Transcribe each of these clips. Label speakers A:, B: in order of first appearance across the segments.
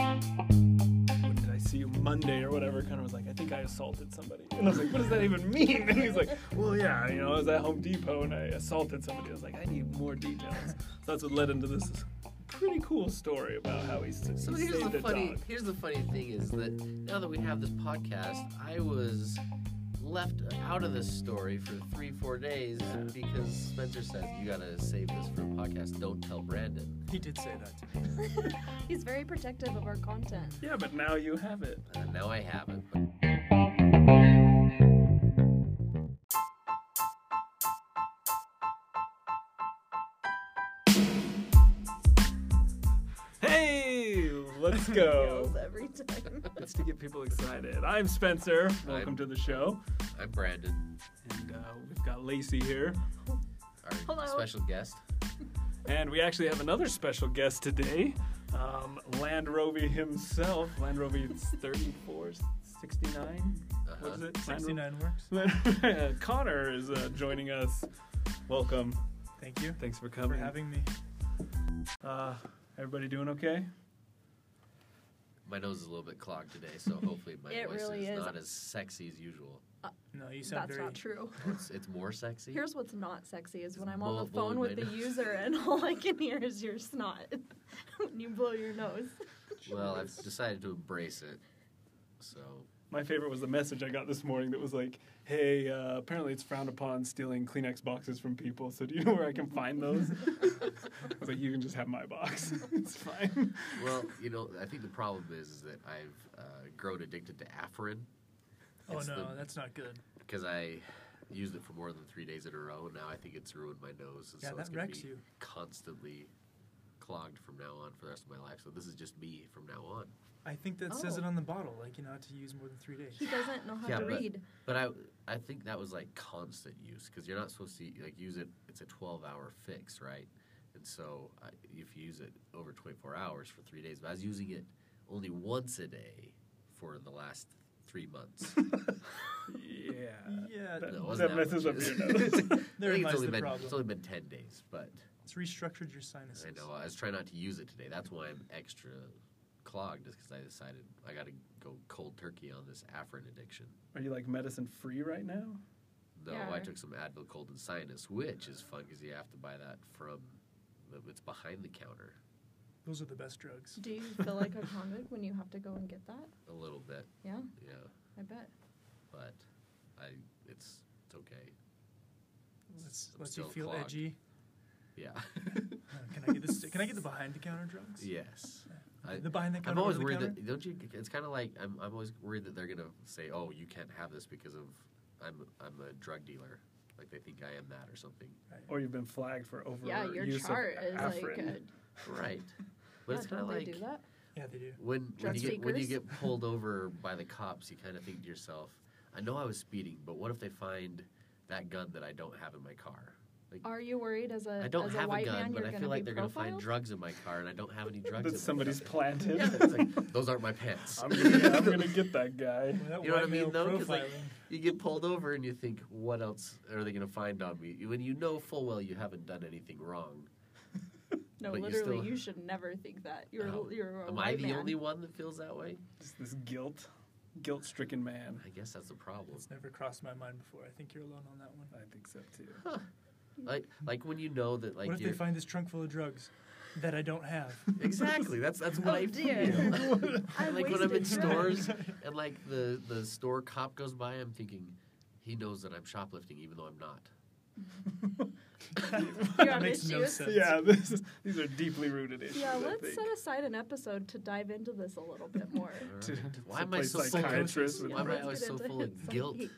A: When did I see you Monday or whatever? Kind of was like, I think I assaulted somebody. And I was like, what does that even mean? And he's like, well, yeah, you know, I was at Home Depot and I assaulted somebody. I was like, I need more details. So that's what led into this pretty cool story about how he, s-
B: So
A: he
B: here's
A: saved
B: the
A: a
B: funny.
A: dog.
B: Here's the funny thing is that now that we have this podcast, I was left out of this story for three, four days because Spencer said you gotta save this for a podcast. Don't tell Brandon.
C: He did say that to me.
D: He's very protective of our content.
A: Yeah, but now you have it.
B: And Uh, now I have it.
A: Hey, let's go.
D: Fails Every time.
A: It's to get people excited. I'm Spencer. Welcome
B: I'm-
A: to the show.
B: I'm Brandon,
A: And uh, we've got Lacey here.
B: our
D: Hello.
B: special guest.
A: And we actually have another special guest today, um, Land Rover himself. Land Rover is 34, 69?
B: Uh-huh.
A: What is it? Land Rover-
C: 69 works.
A: Connor is uh, joining us. Welcome.
C: Thank you
A: Thanks for
C: for
A: coming.
C: having me.
A: uh, everybody doing okay?
B: My nose is a little bit clogged today, so hopefully my
D: It
B: voice
D: really
B: is,
D: is.
B: not as sexy as usual.
C: No, you sound
D: That's
C: very.
D: not true.
B: Well, It's, it's more sexy.
D: Here's what's not sexy is when I'm
B: Blow-
D: on the
B: blow
D: phone
B: my
D: with the
B: nose.
D: user and all I can hear is your snot when you blow your nose.
B: well, I've decided to embrace it. So
A: My favorite was the message I got this morning that was like, hey, uh, apparently it's frowned upon stealing Kleenex boxes from people, so do you know where I can find those? I was like, you can just have my box. it's fine.
B: Well, you know, I think the problem is, is that I've uh, grown addicted to Afrin
C: Oh
B: It's
C: no,
B: the-
C: that's not good.
B: because I used it for more than three days in a row. and Now I think it's ruined my nose, and
C: Yeah,
B: so
C: that
B: it's gonna
C: wrecks
B: be
C: you.
B: constantly clogged from now on for the rest of my life. So this is just me from now on.
C: I think that says it
D: Oh.
C: on the bottle, like you know, not to use more than three days. Uh,
D: He doesn't know how
B: Yeah,
D: to
B: but-
D: read.
B: But I, I think that was like constant use because you're not supposed to like use it. It's a 12 hour fix, right? And so I, if you use it over 24 hours for three days, but I was using it only once a day for the last three months.
A: Yeah.
C: Yeah,
A: That-
B: No, it wasn't
A: that
B: that
A: messes up
B: much use.
A: your nose.
B: I think
C: Therein
B: it's
C: lies
B: only
C: the
B: been-
C: problem.
B: It's only been ten days, but
C: it's restructured your sinuses.
B: I know I was trying not to use it today. That's why I'm extra clogged, is because I decided I got to go cold turkey on this Afrin addiction.
A: Are you like medicine free right now?
B: No, I
D: Yeah.
B: took some Advil Cold and Sinus, which is fun because you have to buy that from. It's behind the counter
C: Those are the best drugs.
D: Do you feel like a convict when you have to go and get that?
B: a little bit,
D: Yeah,
B: yeah,
D: I bet.
B: but I it's it's okay.
C: Let's,
B: I'm
C: lets you
B: still
C: feel
B: clogged.
C: edgy.
B: Yeah.
C: Uh, can I get this? Can I get the behind the counter drugs?
B: yes. I-
C: the behind the counter.
B: I'm always
C: over the
B: worried
C: counter?
B: that don't you? It's kind of like I'm. I'm always worried that they're gonna say, "Oh, you can't have this because of I'm. I'm a drug dealer." Like they think I am that or something.
A: Or you've been flagged for overuse
D: Yeah, your chart
A: of
D: is like.
A: Afrin.
D: A,
B: Right. But
D: yeah,
B: it's kind
D: don't
B: of
D: they
B: like
D: do that?
C: Yeah, they do.
B: when when
D: Drug
B: you get when you
D: seekers?
B: get pulled over by the cops, you kind of think to yourself, "I know I was speeding, but what if they find that gun that I don't have in my car?" Like
D: Are you worried as a
B: I don't
D: Uh, as a
B: have
D: white
B: a gun,
D: man
B: but
D: you're
B: I
D: gonna
B: feel like
D: be
B: they're gonna
D: profiled?
B: find drugs in my car, and I don't have any drugs. in
A: that
B: my
A: somebody's
B: car.
A: planted.
B: Yeah, it's like, those aren't my pants.
A: I'm, gonna, yeah, I'm gonna get that guy.
C: Well, that
B: You know what I
C: white
B: mean,
C: male
B: though? 'Cause, like,
C: profiling.
B: You get pulled over and you think, what else are they going to find on me? When you know full well you haven't done anything wrong.
D: No,
B: but you
D: literally,
B: still-
D: you should never think that. You're
B: Oh,
D: you're a
B: Am I
D: white
B: the
D: man.
B: only one that feels that way?
A: Just this guilt, guilt-stricken man.
B: I guess that's the problem.
C: It's never crossed my mind before. I think you're alone on that one.
A: I think so too.
B: Like, like when you know that, like,
C: what if
B: you're,
C: they find this trunk full of drugs that I don't have?
B: exactly. That's that's what
D: Oh,
B: I
D: dear.
B: feel.
D: I
B: like when I'm in
D: wasted drugs.
B: stores and like the the store cop goes by, I'm thinking he knows that I'm shoplifting, even though I'm not.
D: You have
C: makes no
D: issues?
C: sense.
A: Yeah, this is, these are deeply rooted issues.
D: Yeah,
A: I
D: let's uh,
A: think.
D: set aside an episode to dive into this a little bit more.
B: All
A: To-
B: right.
A: to
B: Why am I
A: play
B: so full of,
A: psychiatrist with
B: why am I
D: Let's
B: always
D: get
B: so
D: into
B: full
D: it.
B: of
D: Some
B: guilt?
D: heat.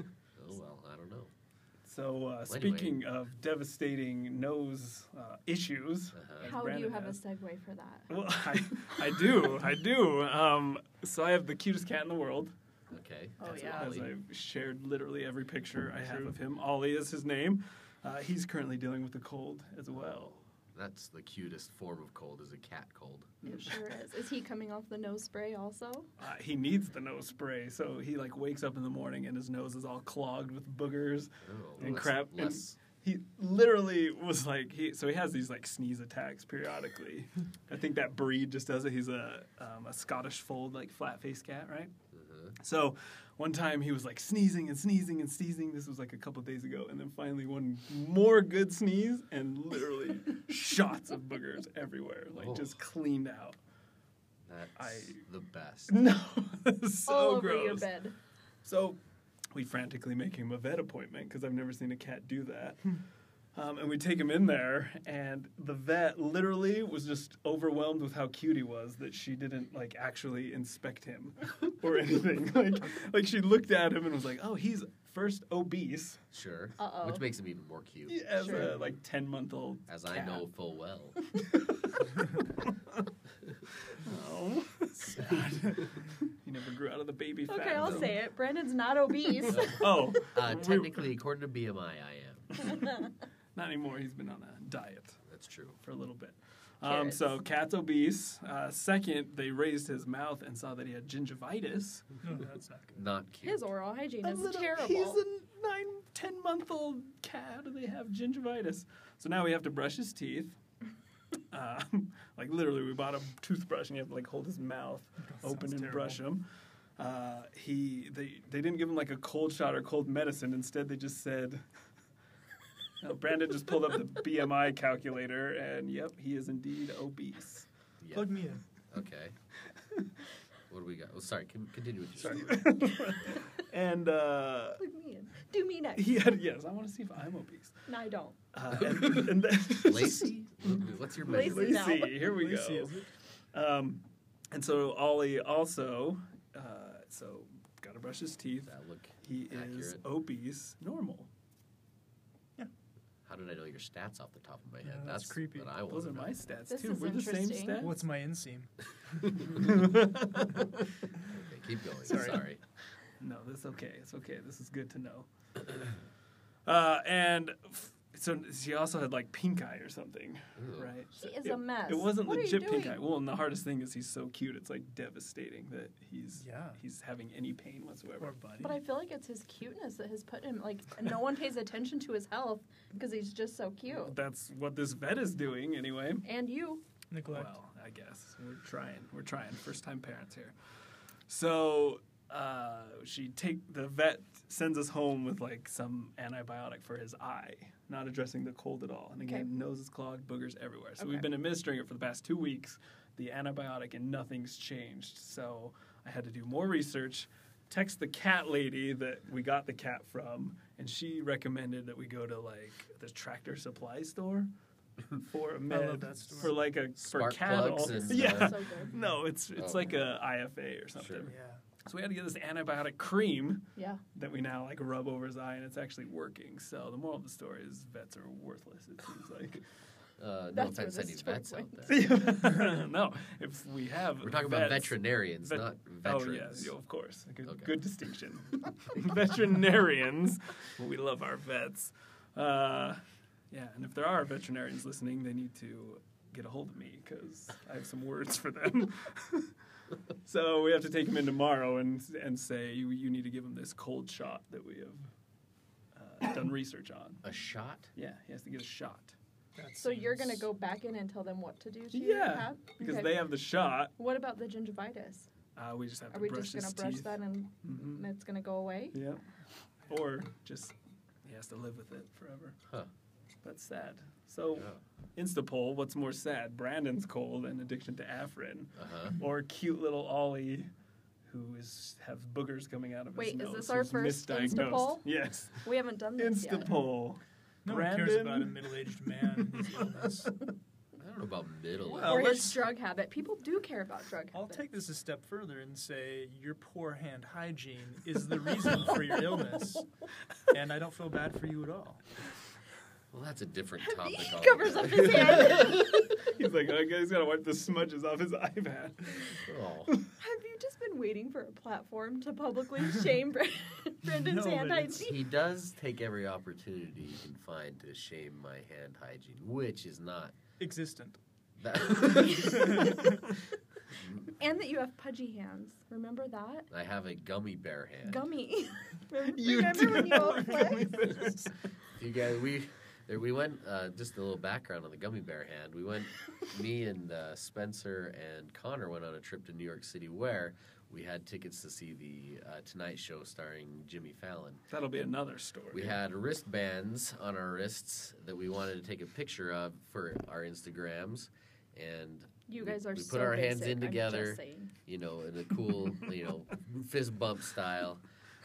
B: Oh well, I don't know.
A: So uh,
B: Well, anyway.
A: speaking of devastating nose uh, issues,
B: Uh-huh.
A: as
D: How do you
A: Brandon
D: have a
A: has,
D: segue for that?
A: Well, I, I do, I do. Um, so I have the cutest cat in the world.
B: Okay.
D: Oh,
B: that's
D: yeah.
A: as
B: Ollie.
A: I shared literally every picture I have of him. Ollie is his name. Uh, he's currently dealing with a cold as well.
B: That's the cutest form of cold is a cat cold.
D: It sure is. Is he coming off the nose spray also?
A: Uh, he needs the nose spray, so he like wakes up in the morning and his nose is all clogged with boogers
B: Oh,
A: and
B: less-
A: crap. and-
B: Less
A: he literally was like he so he has these like sneeze attacks periodically. I think that breed just does it. He's a um, a Scottish fold like flat faced cat, right? So one time he was like sneezing and sneezing and sneezing. This was like a couple days ago, and then finally one more good sneeze and literally shots of boogers everywhere, like
B: Oh.
A: just cleaned out.
B: That's
A: I-
B: the best.
A: No, so
D: all over
A: gross.
D: your bed.
A: So we frantically make him a vet appointment because I've never seen a cat do that.
D: Hmm.
A: Um, and we take him in there, and the vet literally was just overwhelmed with how cute he was that she didn't like actually inspect him or anything. like, like she looked at him and was like, "Oh, he's first obese
B: Sure.
D: Uh-oh.
B: Which makes him even more cute.
A: as
D: Sure.
A: a like ten month old."
B: As I know full well.
A: oh, he never grew out of the baby. fat,
D: Okay, I'll
A: though.
D: say it. Brandon's not obese.
A: Oh,
B: Uh,
A: we-
B: technically, according to BMI, I am.
A: not anymore. He's been on a diet.
B: That's true.
A: for a little bit. Um,
D: Carrots.
A: so cat's obese. Uh, second, they raised his mouth and saw that he had gingivitis.
C: No, no, that's not good.
B: Not cute.
D: His oral hygiene is
A: He's
D: terrible.
A: a nine, ten month old cat. and They have gingivitis. So now we have to brush his teeth. Um, like literally, we bought a toothbrush and you have to like hold his mouth open and
C: Sounds terrible.
A: brush him. Uh, he they they didn't give him like a cold shot or cold medicine. Instead, they just said. Uh, Brandon just pulled up the BMI calculator, and yep, he is indeed obese.
B: Yeah.
C: Plug me in.
B: Okay. what do we got? Oh, sorry. Can, continue with your
A: Sorry.
B: story.
A: and uh,
D: Look me in. Do me next.
A: he had yes. I want to see if I'm obese.
D: No, I don't.
A: Uh, and, and then,
B: Lacey? What's your
D: Lacey.
B: measurement?
D: now.
A: Lacey, here we
C: Lacey,
A: go.
C: is it?
A: Um, and so Ollie also, uh, so got to brush his teeth.
B: That look.
A: He is
B: Accurate.
A: obese, normal.
B: How did I know your stats off the top of my head?
C: Yeah, that's
B: that's
C: creepy.
B: But I
A: Uh, Those are
B: wasn't.
A: my stats
D: This
A: too.
D: is
A: We're the same
D: interesting.
A: stats.
C: What's my inseam?
B: Okay, keep going.
A: Sorry.
B: Sorry.
A: No, that's okay. It's okay. This is good to know. Uh, and f- so she also had like pink eye or something,
B: Ooh.
A: right?
D: He
A: So
D: is
A: it,
D: a mess.
A: It wasn't
D: What are you
A: legit pink
D: doing?
A: eye. Well, and the hardest thing is he's so cute. It's like devastating that he's
C: Yeah.
A: he's having any pain whatsoever.
C: Poor buddy.
D: But I feel like it's his cuteness that has put him like no one pays attention to his health because he's just so cute.
A: That's what this vet is doing anyway.
D: And you,
C: Neglect.
A: Well, I guess we're trying. We're trying. First time parents here. So uh, she take the vet sends us home with like some antibiotic for his eye, not addressing the cold at all. And again,
D: Okay.
A: nose is clogged, boogers everywhere. So
D: Okay.
A: we've been administering it for the past two weeks, the antibiotic, and nothing's changed. So I had to do more research. Text the cat lady that we got the cat from, and she recommended that we go to like the tractor supply store for a med
C: that store.
A: for like a for
B: Spark
A: cattle.
B: plugs and uh,
A: yeah.
D: so good.
A: No, it's it's
B: Oh.
A: like a IFA or something.
B: Sure.
C: Yeah.
A: So we had to get this antibiotic cream
D: Yeah.
A: that we now like rub over his eye, and it's actually working. So the moral of the story is vets are worthless. It seems like.
B: Uh, no
D: That's where
B: offense,
D: this
B: any
D: story
B: vets out
D: went.
B: there.
A: no, if we have
B: We're talking about
A: vets-
B: veterinarians,
A: Vet-
B: not
A: Oh yes,
B: veterans.
A: yeah, of course. Good,
B: Okay.
A: good distinction. veterinarians, we love our vets. Uh, yeah, and if there are veterinarians listening, they need to get a hold of me because I have some words for them. so we have to take him in tomorrow and and say you you need to give him this cold shot that we have uh, done research on.
B: A shot?
A: Yeah, he has to get a shot.
C: That
D: So you're gonna
C: seems-
D: go back in and tell them what to do to your
A: Yeah,
D: cat?
A: because
D: Okay.
A: they have the shot.
D: What about the gingivitis?
A: Uh, we just have
D: Are
A: to
D: we
A: brush
D: just gonna
A: his
D: brush
A: teeth.
D: that and
A: Mhm.
D: it's gonna go away?
A: Yeah. Or just he has to live with it forever.
B: Huh.
A: That's sad. So
B: Yeah.
A: Instapol, what's more sad? Brandon's cold and addiction to Afrin,
B: Uh huh.
A: or cute little Ollie, who is has boogers coming out of
D: Wait,
A: his
D: is
A: nose.
D: this our
A: who's
D: first
A: misdiagnosed.
D: Instapol?
A: Yes,
D: We haven't done this yet.
A: Instapol.
C: No one cares about a
A: Brandon.
C: middle-aged man. and his illness.
B: I don't know about middle.
A: Well,
D: or
B: age.
D: his
C: let's-
D: drug habit. People do care about drug
C: I'll
D: habit.
C: take this a step further and say your poor hand hygiene is the reason for your illness, and I don't feel bad for you at all.
B: Well, that's a different topic.
D: He covers up his hand.
A: He's like, "Oh, okay, he's gotta wipe the smudges off his iPad.
B: altogether. Oh.
D: Have you just been waiting for a platform to publicly shame Bra- Brendan's
C: No,
D: hand
C: but it's-
D: hygiene?
B: He does take every opportunity he can find to shame my hand hygiene, which is not.
C: Existent.
B: That
D: And that you have pudgy hands. Remember that?
B: I have a gummy bear hand.
D: Gummy. Remember,
A: You
D: remember
A: do
D: when you
A: have
D: all
A: a
D: flexed?
B: You guys, we There, we went, uh, just a little background on the gummy bear hand. We went, me and uh, Spencer and Connor went on a trip to New York City where we had tickets to see the uh, Tonight Show starring Jimmy Fallon.
A: That'll be another story.
B: We had wristbands on our wrists that we wanted to take a picture of for our Instagrams. And
D: You
B: We-
D: guys are
B: we put
D: so
B: our hands
D: basic,
B: in
D: I'm just
B: together.
D: saying.
B: you know, in a cool, you know, fist bump style.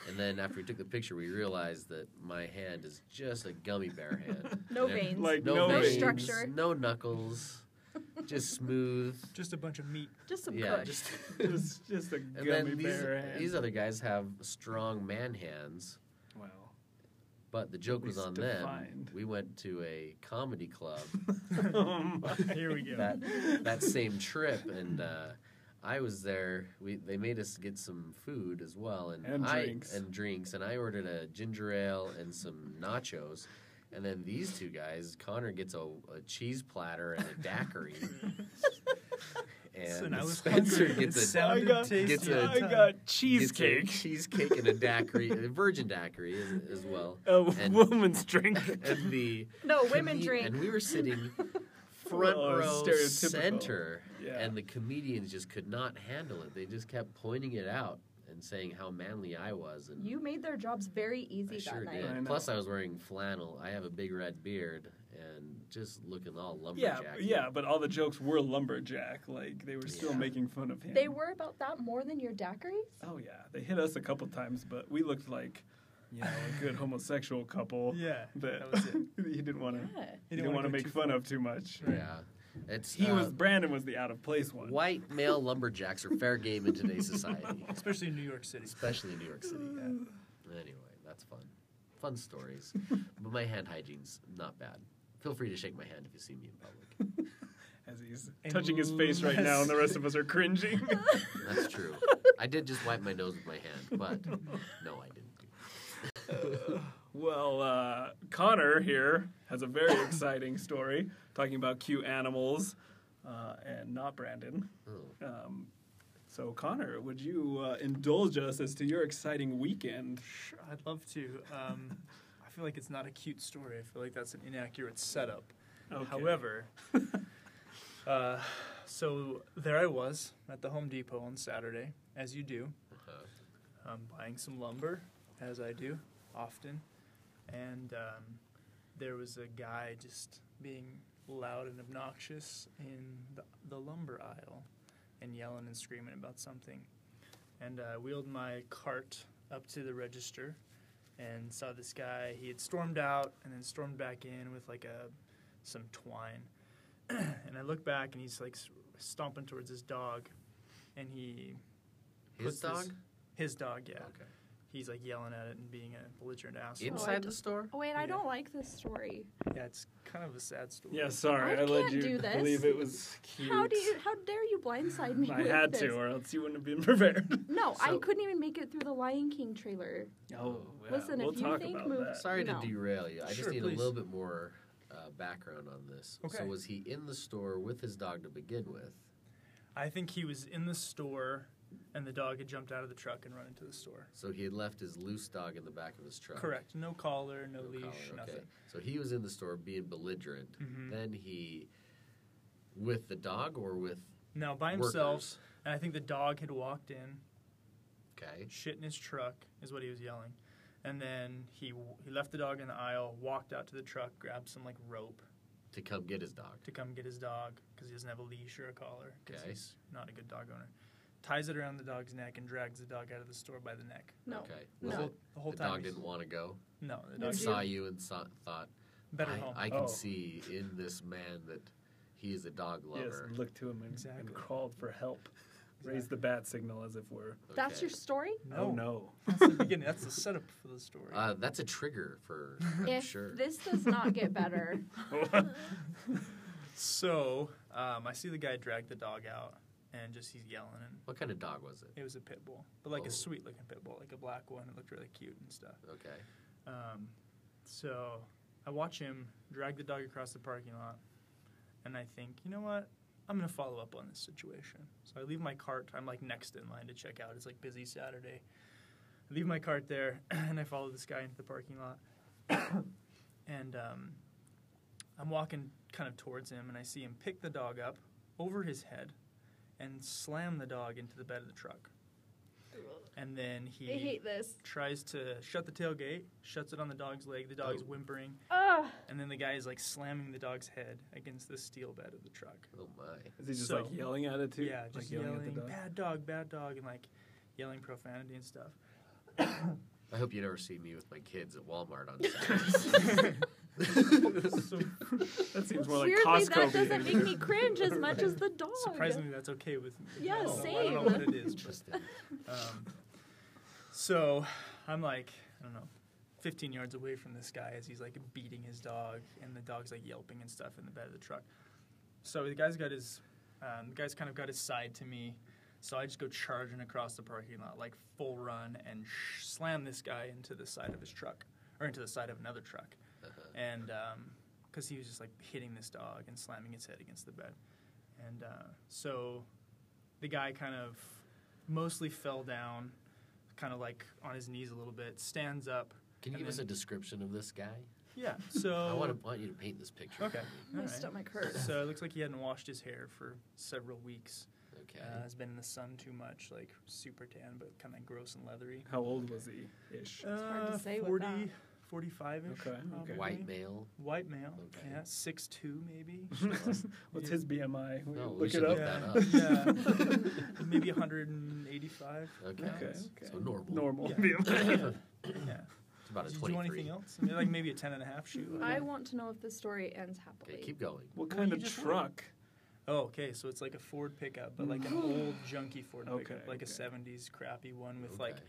B: And then after we took the picture, we realized that my hand is just a gummy bear hand.
D: No
B: And every-
D: veins.
A: like
B: No,
A: no,
D: No
B: veins,
D: structure.
B: no knuckles, just smooth.
C: Just a bunch of meat.
D: Just some
B: yeah,
D: push.
B: just.
A: It's just a
B: and
A: gummy
B: then these,
A: bear hand.
B: these other guys have strong man hands,
A: wow.
B: but the joke
A: At
B: was
A: least
B: on
A: defined.
B: them. We went to a comedy club
A: Oh
C: Here we go.
B: that that same trip, and uh, I was there. We they made us get some food as well, and,
A: And
B: I
A: drinks.
B: and drinks, and I ordered a ginger ale and some nachos. And then these two guys, Connor gets a, a cheese platter and a daiquiri, and
C: So now it's
B: Spencer
C: hungry.
B: gets
C: It
B: a
A: I
C: sounded
A: got,
C: tasty
B: gets
C: at
B: a-
C: the
A: I
C: time.
A: got
B: gets a
A: cheesecake.
B: cheesecake, and a daiquiri, a virgin daiquiri as, as well.
A: A
B: And-
A: woman's drink.
B: And the
D: No, women
B: comed-
D: drink.
B: And we were sitting front
A: Oh,
B: row
A: stereotypical.
B: center,
A: Yeah.
B: and the comedians just could not handle it. They just kept pointing it out and saying how manly I was. And
D: You made their jobs very easy
B: I
D: that
B: sure
D: night.
B: did.
A: I know.
B: Plus, I was wearing flannel. I have a big red beard and just looking all
A: yeah,
B: lumberjack.
A: yeah, but all the jokes were lumberjack. Like they were still
B: Yeah.
A: making fun of him.
D: They were about that more than your daiquiris?
A: Oh yeah, they hit us a couple times, but we looked like, you know, a good homosexual couple.
C: Yeah,
A: that,
C: that was it.
A: he didn't want to.
D: Yeah.
A: He didn't want to
C: go
A: make
C: too
A: fun
C: far.
A: of too much.
B: Yeah. It's
A: He
B: uh,
A: was Brandon was the out of place one.
B: white male lumberjacks are fair game in today's society,
C: especially in New York City.
B: especially in New York City.
C: Yeah.
B: Anyway, that's fun. Fun stories. but my hand hygiene's not bad. Feel free to shake my hand if you see me in public.
A: As he's
C: And
A: touching his face right now, and the rest of us are cringing.
B: That's true. I did just wipe my nose with my hand, but no, I didn't. do
A: well, uh, Connor here has a very exciting story talking about cute animals, uh, and not Brandon.
B: that. Oh.
A: Um, so, Connor, would you uh, indulge us as to your exciting weekend?
C: Sure, I'd love to. Um, I feel like it's not a cute story. I feel like that's an inaccurate setup. However, uh, so there I was at the Home Depot on Saturday, as you do,
B: Uh-huh.
C: um, buying some lumber, as I do often, and um, there was a guy just being loud and obnoxious in the, the lumber aisle and yelling and screaming about something. And I wheeled my cart up to the register and saw this guy. He had stormed out and then stormed back in with like a some twine. and I look back and he's like s- stomping towards his dog, and he
B: His
C: puts this-
B: dog?
C: his dog, yeah.
B: Okay.
C: He's like yelling at it and being a belligerent asshole.
D: Inside
B: Inside
D: the
B: the store?
D: Oh, wait, I
C: Yeah.
D: don't like this story.
C: Yeah, it's kind of a sad story.
A: Yeah, sorry,
D: I
A: I, let
D: can't
A: you
D: do this.
A: believe it was cute.
D: How do you? How dare you blindside me?
A: I
D: with
A: had
D: this?
A: to, or else you wouldn't have been prepared.
D: No, I
B: So-
D: couldn't even make it through the Lion King trailer.
B: Oh,
D: Listen,
A: we'll
D: if you
A: talk
D: think
A: about
D: mov-
A: that.
B: Sorry
D: No.
B: to derail you. I just
C: Sure,
B: need
C: please.
B: a little bit more uh, background on this.
C: Okay.
B: So, was he in the store with his dog to begin with?
C: I think he was in the store and the dog had jumped out of the truck and run into the store.
B: So, he had left his loose dog in the back of his truck?
C: Correct. No collar, no,
B: No
C: leash,
B: collar,
C: nothing.
B: So he was in the store being belligerent.
C: Mhm.
B: Then he, with the dog or with
C: No, by himself.
B: workers?
C: And I think the dog had walked in,
B: Okay.
C: shit in his truck is what he was yelling. And then he w- he left the dog in the aisle, walked out to the truck, grabbed some like rope
B: To come get his dog.
C: to come get his dog because he doesn't have a leash or a collar. 'cause
B: Okay.
C: he's not a good dog owner. Ties it around the dog's neck and drags the dog out of the store by the neck.
D: No.
B: Okay.
C: The
B: Was
D: No.
B: it
C: whole, the whole
B: the
C: time.
B: dog
C: he's-
B: didn't want to go?
C: No, the
D: No,
C: dog
D: Dude.
B: Saw you and saw, thought,
C: better
B: I,
C: home.
B: I can
A: Oh.
B: see in this man that he is a dog
A: Yes,
B: lover.
A: looked to him and,
C: Exactly.
A: and crawled for help. Raised the bat signal as if we're,
D: That's
B: Okay.
D: your story.
A: oh
C: no,
A: no.
C: that's the beginning. That's the setup for the story.
B: Uh, that's a trigger for, I'm
D: if
B: sure.
D: this does not get better,
C: so um, I see the guy drag the dog out, and just he's yelling, and
B: What kind of dog was it?
C: it was a pit bull, but like
B: Oh.
C: a sweet looking pit bull, like a black one. It looked really cute and stuff.
B: Okay.
C: Um, so I watch him drag the dog across the parking lot, and I think, you know what? I'm gonna follow up on this situation. So I leave my cart. I'm like next in line to check out. It's like busy Saturday. I leave my cart there, and I follow this guy into the parking lot, and um, I'm walking kind of towards him, and I see him pick the dog up over his head and slam the dog into the bed of the truck. And then
D: I
C: he
D: hate this.
C: tries to shut the tailgate, shuts it on the dog's leg. The dog's
B: Oh.
C: whimpering,
D: Ugh.
C: and then the guy is like slamming the dog's head against the steel bed of the truck.
B: Oh my!
A: Is he just
C: So-
A: like yelling at it too?
C: Yeah,
A: like
C: just
A: yelling,
C: yelling,
A: at the dog.
C: bad dog, bad dog, and like yelling profanity and stuff.
B: I hope you never see me with my kids at Walmart on Saturdays.
C: so
A: That seems more like
D: Weirdly,
A: Costco.
D: that doesn't
A: behavior.
D: make me cringe as much as the dog.
C: surprisingly, that's okay with me.
D: Yeah,
C: No, I don't know
D: same.
C: what it is, but
B: Interesting.
C: Um, so I'm like, I don't know, 15 yards away from this guy as he's like beating his dog, and the dog's like yelping and stuff in the bed of the truck. So the guy's got his, um, the guy's kind of got his side to me. So I just go charging across the parking lot, like full run, and sh- slam this guy into the side of his truck, or into the side of another truck. And because he was just like hitting this dog and slamming his head against the bed. And uh, so the guy kind of mostly fell down, kind of like on his knees a little bit, stands up.
B: Can you
C: And
B: give us a
C: then-
B: description of this guy?
C: Yeah. So
B: I want to want you to paint this picture.
C: Uh, Okay.
D: My
C: Alright.
D: stomach hurts.
C: So it looks like he hadn't washed his hair for several weeks.
B: Okay.
C: Uh, has been in the sun too much, like super tan, but kind of gross and leathery.
A: How old was he? Ish.
D: hard to
C: Uh,
D: say with
C: 40,
D: that.
C: 45 ish.
A: Okay, okay.
B: White male.
C: White male.
B: Okay.
C: Yeah. Six two maybe.
A: What's his BMI? Will you
B: No, we
A: look
B: should
A: it up.
B: look
C: yeah.
A: that
C: yeah. Maybe 185.
B: Okay.
A: Okay, okay.
B: So normal.
A: Normal
C: Yeah.
A: BMI.
C: Yeah.
B: It's about a
C: Did you
B: twenty-three.
C: do anything else? Maybe, like maybe a 10 and a half shoe.
D: I want to know if this story ends happily.
B: Okay, keep going.
A: what
C: Well,
A: kind
C: you
A: of
C: just
A: truck?
C: Oh, okay. So it's like a Ford pickup, but like an old junky Ford
A: Okay,
C: pickup, like
A: okay.
C: a '70s crappy one with like.
B: Okay.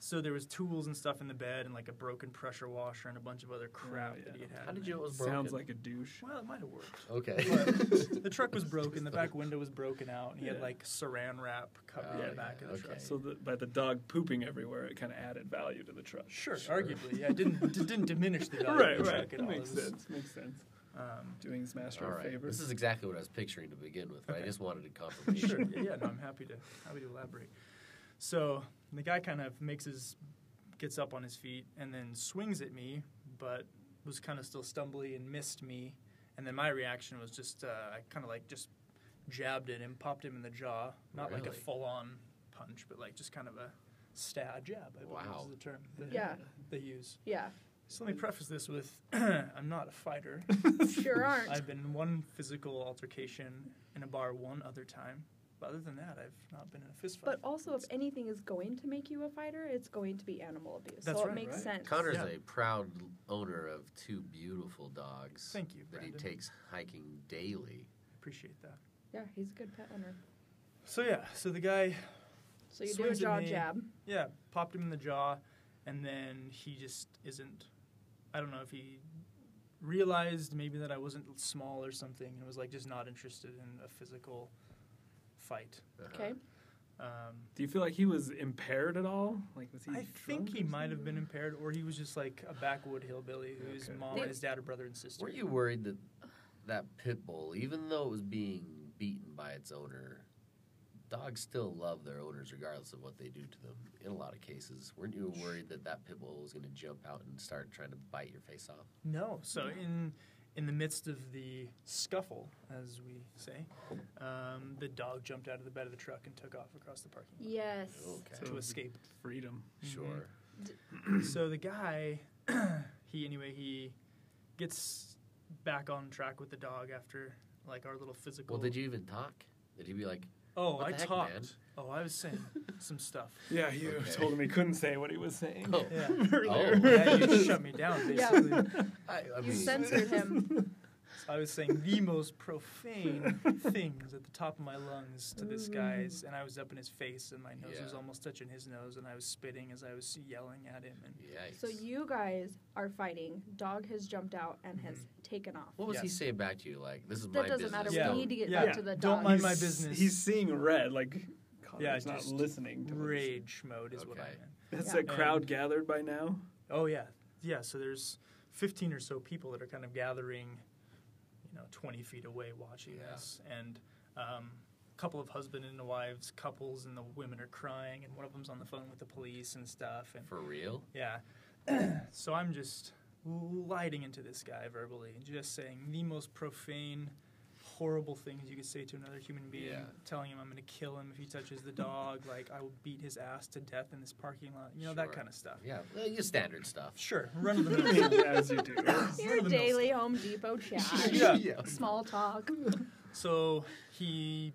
C: So there was tools and stuff in the bed, and like a broken pressure washer and a bunch of other crap
A: yeah.
C: that he had.
B: How
C: in
B: did
C: there.
B: you know it was broken?
A: Sounds like a douche.
C: Well, it might have worked.
B: Okay.
C: But the truck was broken. The back window was broken out, and he
A: Yeah.
C: had like Saran wrap covering
A: Yeah,
C: the back
B: yeah,
C: of the
B: okay.
C: truck.
A: So the, by the dog pooping everywhere, it kind of added value to the truck.
C: Sure,
B: Sure.
C: arguably, yeah, it didn't it didn't diminish the value
A: Right,
C: of the
A: right.
C: truck at all.
A: Makes
C: It was,
A: sense. Makes sense.
C: Um,
A: Doing Smaster
B: All
A: a
B: right.
A: favor.
B: This is exactly what I was picturing to begin with, but I
C: Okay.
B: just wanted a confirmation.
C: sure. Yeah, yeah, no, I'm happy to happy to elaborate. So the guy kind of makes his gets up on his feet and then swings at me, but was kind of still stumbly and missed me. And then my reaction was just uh, I kind of like just jabbed at him, popped him in the jaw, not like a
B: Really?
C: full on punch, but like just kind of a stab jab. I believe
B: Wow.
C: is the term that
D: Yeah.
C: they use.
D: Yeah,
C: So let me preface this with I'm not a fighter.
D: sure aren't.
C: I've been in one physical altercation in a bar one other time. But other than that, I've not been in a fist fight.
D: But also, if anything is going to make you a fighter, it's going to be animal abuse.
C: That's
D: so
C: right,
D: it makes
C: right?
D: sense.
B: Connor's
C: Yeah.
B: a proud owner of two beautiful dogs
C: Thank you,
B: that he
C: Brandon.
B: takes hiking daily.
C: Appreciate that.
D: yeah, he's a good pet owner.
C: So yeah, so the guy,
D: So you do a
C: Swings at
D: jaw
C: me. Uh-huh.
D: jab.
C: yeah, popped him in the jaw, and then he just isn't. I don't know if he realized maybe that I wasn't small or something, and was like just not interested in a physical fight.
B: Uh-huh.
D: Okay.
C: Um,
A: Do you feel like he was impaired at all? Like was he?
C: I
A: drunk
C: think he
A: or
C: might have
A: something?
C: been impaired, or he was just like a backwood hillbilly whose
A: Okay.
C: mom
D: They-
C: and his dad are brother and sister.
B: Were you worried that that pit bull, even though it was being beaten by its owner, dogs still love their owners regardless of what they do to them in a lot of cases? Weren't you worried that that pit bull was going to jump out and start trying to bite your face off?
C: No. So in in the midst of the scuffle, as we say, um, the dog jumped out of the bed of the truck and took off across the parking lot
D: Yes.
B: Okay.
C: to escape.
A: freedom. Mm-hmm.
B: Sure.
C: so the guy, he anyway, he gets back on track with the dog after like our little physical.
B: Well, did you even talk? Did he be like,
C: Oh,
B: What
C: I
B: the heck,
C: talked.
B: man?
C: Oh, I was saying some stuff.
A: Yeah, you
B: Okay.
A: told him he couldn't say what he was saying.
B: oh,
C: Yeah.
A: earlier.
B: Oh.
C: yeah, you shut me down
D: Yeah.
C: basically.
B: I, I
D: You
B: mean,
D: censored him.
C: I was saying the most profane things at the top of my lungs to this guy's, and I was up in his face, and my nose was
B: Yeah.
C: almost touching his nose, and I was spitting as I was yelling at him. And
B: Yikes.
D: So you guys are fighting. Dog has jumped out and has
B: Mm-hmm.
D: taken off.
B: What was he
C: Yes.
B: saying back to you? Like, this is my
D: That doesn't
B: business.
D: matter.
C: Yeah.
D: We need to get
C: Yeah.
D: back to the
C: Don't
D: dog.
C: mind my
A: He's-
C: business.
A: He's seeing red. Like, God,
C: Yeah,
A: he's not
C: just
A: listening to this.
C: rage mode is what I
B: Okay.
C: am.
A: That's
D: Yeah.
A: a crowd gathered by now.
C: Oh yeah, yeah. So there's 15 or so people that are kind of gathering, you know, 20 feet away watching
B: Yeah.
C: this, and um, a couple of husband and wives, couples, and the women are crying, and one of them's on the phone with the police and stuff, and
B: For real?
C: Yeah. so I'm just lighting into this guy verbally and just saying the most profane, horrible things you could say to another human being.
B: Yeah.
C: Telling him I'm going to kill him if he touches the dog. like I will beat his ass to death in this parking lot. You know that
B: Sure.
C: kind of stuff.
B: Yeah, well, your standard stuff.
C: Sure, run of the
A: I
C: mill.
A: mean, as you do.
D: Your daily Home Depot chat.
C: Yeah.
D: Small talk.
C: So he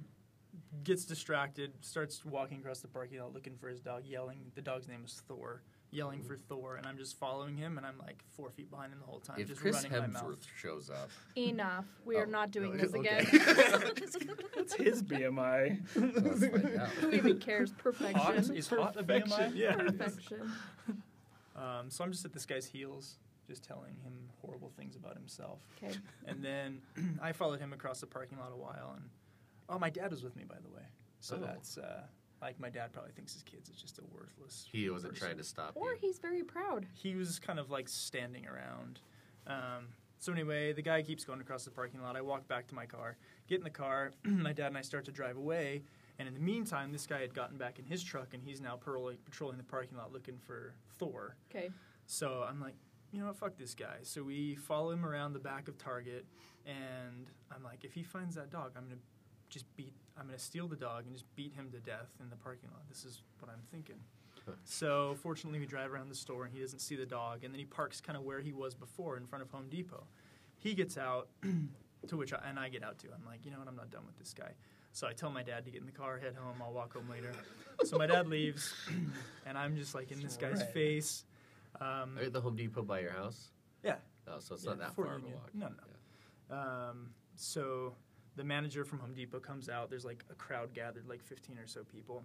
C: gets distracted, starts walking across the parking lot looking for his dog, yelling. The dog's name is Thor,
B: Mm-hmm.
C: yelling for Thor, and I'm just following him, and I'm like four feet behind him the whole time,
B: If
C: just
B: Chris
C: running my mouth.
B: Hemsworth shows up,
D: Enough. We are
B: Oh,
D: not doing
B: no,
D: this
B: okay.
D: again.
A: That's his BMI.
B: let's find out.
D: Who even cares?
C: Hot
D: Perfection.
C: is hot a
A: Perfection,
C: BMI.
A: yeah.
D: Perfection.
C: Um, so I'm just at this guy's heels, just telling him horrible things about himself.
D: Okay.
C: And then I followed him across the parking lot a while, and oh, my dad was with me, by the way. So
B: Oh.
C: that's uh, like my dad probably thinks his kids is just a worthless.
B: he wasn't
C: person.
B: trying to stop
D: Or
B: you.
D: he's very proud.
C: he was kind of like standing around. Um, so anyway, the guy keeps going across the parking lot. I walk back to my car, get in the car. my dad and I start to drive away. And in the meantime, this guy had gotten back in his truck, and he's now paroling, patrolling the parking lot looking for Thor.
D: Okay.
C: So I'm like, you know what, fuck this guy. So we follow him around the back of Target, and I'm like, if he finds that dog, I'm gonna just beat, I'm gonna steal the dog and just beat him to death in the parking lot. This is what I'm thinking. so fortunately, we drive around the store, and he doesn't see the dog, and then he parks kind of where he was before, in front of Home Depot. He gets out, to which I, and I get out too. I'm like, you know what, I'm not done with this guy. So I tell my dad to get in the car, head home. I'll walk home later. so my dad leaves, and I'm just like in this guy's
A: Right.
C: face. Um,
B: Are you at the Home Depot by your house?
C: yeah.
B: Oh, so it's
C: Yeah,
B: not that
C: Fort
B: far of a
C: Union.
B: walk.
C: No, no. Um, so the manager from Home Depot comes out. There's like a crowd gathered, like 15 or so people.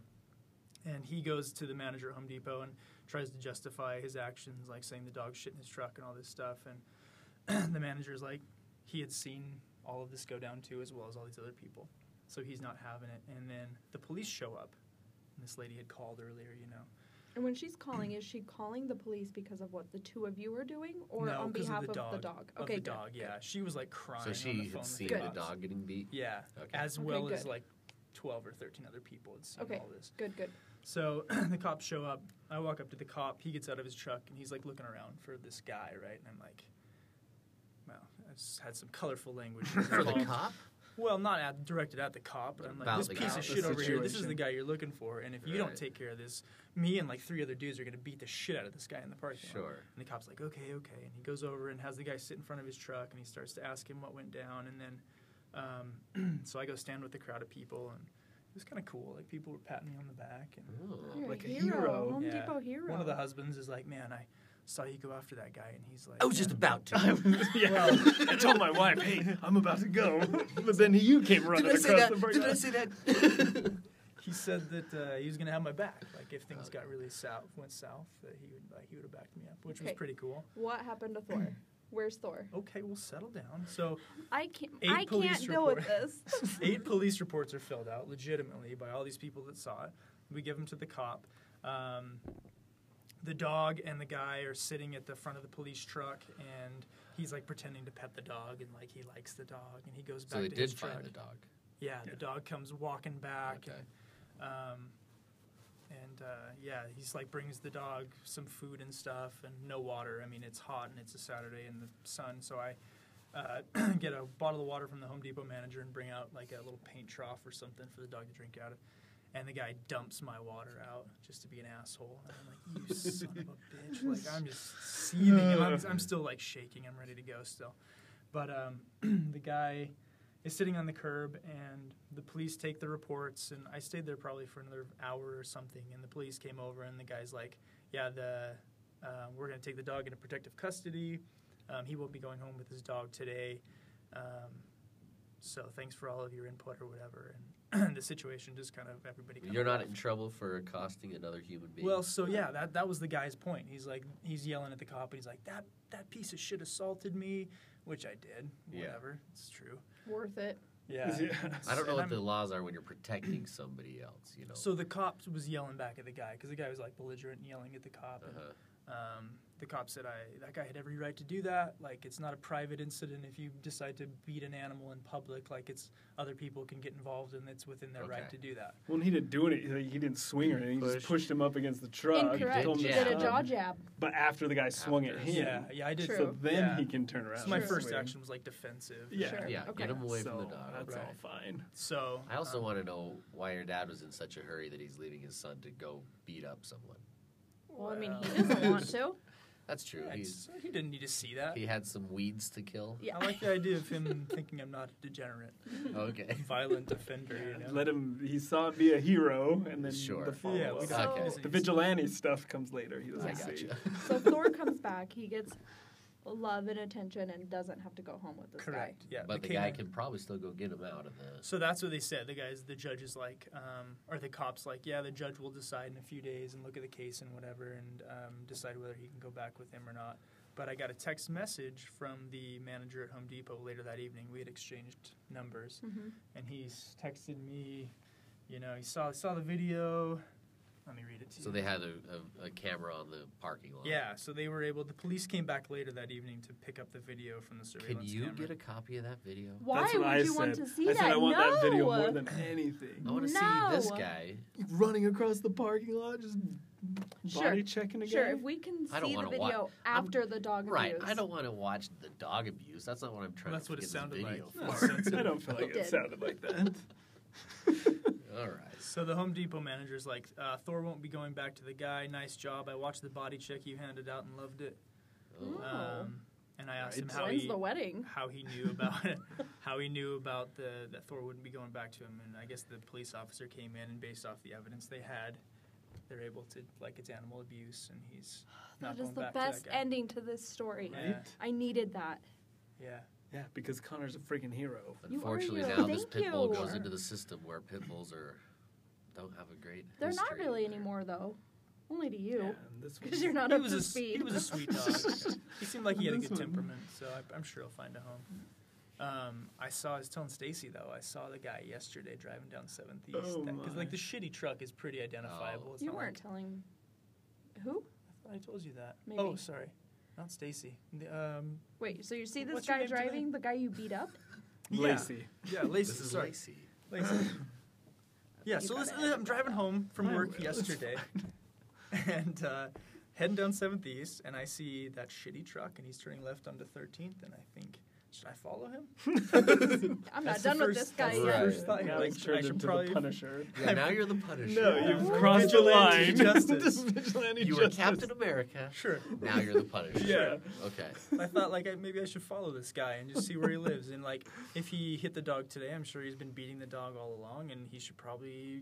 C: And he goes to the manager at Home Depot and tries to justify his actions, like saying the dog shit in his truck and all this stuff. And the manager's like, he had seen all of this go down too, as well as all these other people. So he's not having it. And then the police show up. And this lady had called earlier, you know.
D: And when she's calling, is she calling the police because of what the two of you are doing, or
C: no,
D: on
C: 'cause
D: behalf
C: of the dog.
D: Okay.
C: of
D: good.
C: the dog, yeah. She was like crying.
B: So
C: on the
B: she
C: phone
B: had
C: with
B: seen
D: Good.
B: the
C: cops.
B: dog getting beat.
C: Yeah,
B: Okay.
C: as
D: Okay,
C: well as
D: good.
C: like 12 or 13 other people had seen
D: Okay.
C: all this.
D: Good. Good.
C: So the cops show up. I walk up to the cop. He gets out of his truck and he's like looking around for this guy, right? And I'm like, well, I just had some colorful language.
B: For the
C: involved.
B: cop?
C: Well, not at, directed at the cop, but I'm like,
B: About
C: this
B: the
C: piece
B: cop.
C: of shit
A: The
C: over here. This is the
A: situation.
C: guy you're looking for. And if you don't
B: Right.
C: take care of this, me and like three other dudes are going to beat the shit out of this guy in the parking lot.
B: Sure.
C: And the cop's like, okay, okay. And he goes over and has the guy sit in front of his truck and he starts to ask him what went down. And then, um, so I go stand with the crowd of people and it was kind of cool. Like people were patting me on the back. And
B: Oh.
D: You're
A: like
D: a
A: a
D: hero.
A: hero.
D: Home
C: Yeah.
D: Depot hero.
C: one of the husbands is like, man, I saw you go after that guy. And he's like,
B: I was Oh, just
C: "Yeah."
B: about to.
A: Yeah. I told my wife, hey, I'm about to go. But then you came running
B: Did I
A: across
B: say
A: the
B: that?
A: parking
B: Did
A: lot.
B: I say that?
C: he said that uh, he was going to have my back. Like if things
B: Okay.
C: got really south, went south, that he would like he would have backed me up, which was
D: Okay.
C: pretty cool.
D: What happened to Thor? Where's Thor?
C: Okay, we'll settle down. So
D: I can't.
C: Eight
D: I can't
C: police
D: deal with
C: report.
D: this.
C: eight police reports are filled out legitimately by all these people that saw it. We give them to the cop. Um, the dog and the guy are sitting at the front of the police truck, and he's like pretending to pet the dog, and like he likes the dog, and he goes back
B: so they
C: to his
B: did
C: truck.
B: find the dog.
C: Yeah, the
A: Yeah.
C: dog comes walking back,
B: Okay.
C: and, um, and uh, yeah, he's like brings the dog some food and stuff, and no water. I mean, it's hot and it's a Saturday in the sun, so I uh, get a bottle of water from the Home Depot manager and bring out like a little paint trough or something for the dog to drink out of. And the guy dumps my water out just to be an asshole. And I'm like, you son of a bitch! Like I'm just seething. and I'm, I'm still like shaking. I'm ready to go still, but um, the guy is sitting on the curb and the police take the reports and i stayed there probably for another hour or something and the police came over and the guy's like yeah the uh, we're going to take the dog into protective custody um, he won't be going home with his dog today um, so thanks for all of your input or whatever and the situation just kind of everybody kind
B: You're
C: of
B: not in trouble for accosting another human being.
C: well, so yeah, that that was the guy's point. He's like, he's yelling at the cop, and he's like, that that piece of shit assaulted me, which I did.
B: Yeah.
C: Whatever, it's true.
D: Worth it.
C: Yeah.
A: Yeah.
B: I don't know
C: And
B: what
C: I'm-
B: the laws are when you're protecting somebody else. You know.
C: So the cop was yelling back at the guy because the guy was like belligerent and yelling at the cop.
B: uh-huh.
C: Um, the cop said, "I that guy had every right to do that. Like it's not a private incident. If you decide to beat an animal in public, like it's other people can get involved, and it's within their right
B: Okay.
C: to do that."
A: Well, he didn't do it. He he didn't swing or anything. He just
B: Pushed.
A: pushed him up against the truck.
D: Incorrect.
A: told him to
D: Did a
A: stop.
D: jaw jab.
A: But after the guy swung at
B: After.
A: him,
C: Yeah, yeah, I did.
D: True.
A: so then
C: Yeah.
A: he can turn around.
C: So my
D: Sure.
C: first
A: Swing.
C: action was like defensive.
A: Yeah.
D: Sure.
B: Yeah,
D: Okay.
B: get him away from the
A: So
B: dog.
A: That's
C: Right.
A: all fine.
C: So
B: I also
C: um,
B: want to know why your dad was in such a hurry that he's leaving his son to go beat up someone.
D: Well, I mean, he
C: Well.
D: doesn't want to.
B: That's true.
C: yeah,
B: he's
C: it's- he didn't need to see that.
B: he had some weeds to kill.
D: Yeah.
C: I like the idea of him thinking I'm not a degenerate,
B: Okay.
C: violent offender. You know?
A: Let him. He saw him be a hero, and then
B: Sure.
A: the follow
C: Yeah, we
A: up.
C: don't.
B: Okay.
A: The
C: he doesn't need to see
A: vigilante stuff comes later. He doesn't
B: I
A: see.
B: gotcha.
D: So Thor comes back. He gets love and attention and doesn't have to go home with this
C: Correct. Yeah.
B: But the
C: became
B: guy
C: a-
B: can probably still go get him out of the.
C: So that's what they said. The guys, the judge is like, um, or the cops like, yeah, the judge will decide in a few days and look at the case and whatever and um, decide whether he can go back with him or not. But I got a text message from the manager at Home Depot later that evening. We had exchanged numbers,
D: guy. Mhm.
C: and he's texted me. You know, he saw saw the video. Let me read it to you.
B: So they had a, a, a camera on the parking lot.
C: Yeah, so they were able. The police came back later that evening to pick up the video from the
B: Can
C: surveillance
B: you
C: camera.
B: get a copy of that video?
D: Why
A: That's what
D: would
A: I
D: you
A: said.
D: want to see
A: I
D: that?
A: said I want
D: no.
A: that video more than anything.
B: I want to see this
D: No.
B: guy.
A: Running across the parking lot, just
D: Sure.
A: body checking again.
D: Sure, if we can
B: I don't
D: see the
B: wanna
D: video
B: watch- I'm-
D: after the dog
B: Right.
D: abuse.
B: I don't want to watch the dog abuse. That's not what I'm trying
C: That's
B: to
C: what it
B: get this
C: sounded like.
B: video
C: No.
B: for.
A: I don't feel like
D: He
A: it
D: did.
A: sounded like that.
B: All right.
C: So the Home Depot manager's like, uh, Thor won't be going back to the guy. Nice job. I watched the body check you handed out and loved it.
B: Oh,
D: Mm.
C: Um, and I asked him
A: Right.
C: how
D: When's
C: he
D: the wedding?
C: how he knew about how he knew about the that Thor wouldn't be going back to him. And I guess the police officer came in and based off the evidence they had, they're able to like it's animal abuse and he's not
D: That is
C: going
D: the
C: back
D: best
C: to that guy.
D: ending to this story.
A: Right?
C: Yeah.
D: I needed that.
C: Yeah.
A: Yeah, because Connor's a freaking hero.
D: You are
B: Unfortunately,
D: you.
B: now this
D: Thank
B: pit bull
D: you.
B: goes
A: Sure.
B: into the system where pit bulls are don't have a great.
D: They're not
B: history
D: really
B: in there.
D: anymore, though. Only to
A: Yeah,
D: you.
A: and this
D: Because
A: was,
D: you're not
C: He
D: up
C: was,
D: to
C: a, s-
D: speed.
C: he was a sweet dog. he seemed like he had a
A: This
C: good
A: one.
C: temperament, so I, I'm sure he'll find a home. Um, I saw. I was telling Stacy though. I saw the guy yesterday driving down Seventh East
A: Oh,
C: because
A: my.
C: like the shitty truck is pretty identifiable. It's
D: Oh. you
C: not like-
D: weren't telling. Who?
C: I thought I told you that.
D: Maybe.
C: Oh, sorry, not Stacy. The, Um,
D: Wait, so you see this
C: What's your
D: guy
C: name today?
D: driving? The guy you beat up?
C: yeah.
A: Lacey.
C: Yeah, Lacey.
B: This is
C: sorry,
B: Lacey.
C: Lacey. yeah.
D: You
C: So
D: got
C: listen,
D: it.
C: I'm driving home from
A: I
C: work
A: will.
C: yesterday, and uh, heading down Seventh East, and I see that shitty truck, and he's turning left onto Thirteenth, and I think. Should I follow him?
D: I'm
C: That's
D: not done
C: the
D: with
C: first-
D: this guy
C: that's the
D: yet.
C: first thought.
A: Now
C: Like,
A: he's turned
C: I should
A: into
C: probably-
A: the Punisher.
B: Yeah, now you're the Punisher.
A: No,
C: Yeah.
A: you've crossed the
C: Vigilante
A: line.
C: justice.
A: Just vigilante
B: you were
A: justice.
B: Captain America.
C: Sure.
B: Now you're the Punisher.
A: Yeah.
B: Okay.
C: I thought like I, maybe I should follow this guy and just see where he lives. And like if he hit the dog today, I'm sure he's been beating the dog all along, and he should probably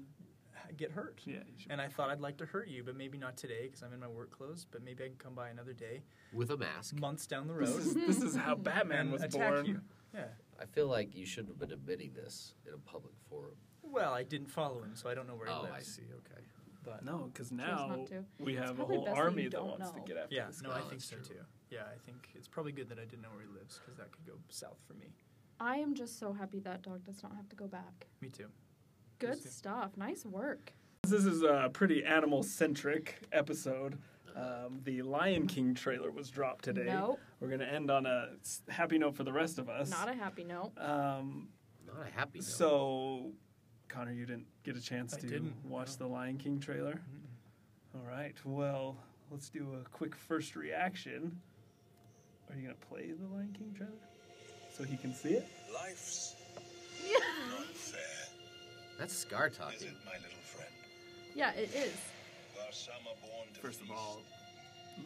C: get hurt.
A: Yeah, you should.
C: And I thought I'd like to hurt you, but maybe not today because I'm in my work clothes. But maybe I can come by another day,
B: With a mask.
C: months down the
A: This is,
C: road,
A: this is how Batman
C: and
A: was
C: attack
A: born.
C: you. Yeah.
B: I feel like you shouldn't have been admitting this in a public forum.
C: Well, I didn't follow him, so I don't know where he
B: Oh,
C: lives.
B: I see. Okay.
C: But
A: No, because
D: not
A: now
D: to.
A: we have a
D: probably
A: whole
D: best that
A: army
D: you
A: that
D: don't
A: wants to
D: know.
A: get after
C: yeah,
A: this
C: no,
B: guy.
A: guy.
C: I
B: Oh,
C: think
B: that's
C: so
B: true.
C: too. Yeah, I think it's probably good that I didn't know where he lives because that could go south for me.
D: I am just so happy that dog does not have to go back.
C: Me too.
D: Good
C: Yes, yeah.
D: stuff. Nice work.
A: This is a pretty animal-centric episode. Um, the Lion King trailer was dropped today.
D: No,
A: We're going to end on a s- happy note for the rest of us.
D: not a happy note.
A: um,
B: Not a happy note.
A: So, Connor, you didn't get a chance
C: I
A: to
C: didn't,
A: watch
C: no.
A: the Lion King trailer. All right. Well, let's do a quick first reaction. Are you gonna play the Lion King trailer so he can see it?
E: Life's not fair,
B: That's Scar
E: is it,
B: talking.
E: my little friend?
D: Yeah, it is.
E: While some are born to feast,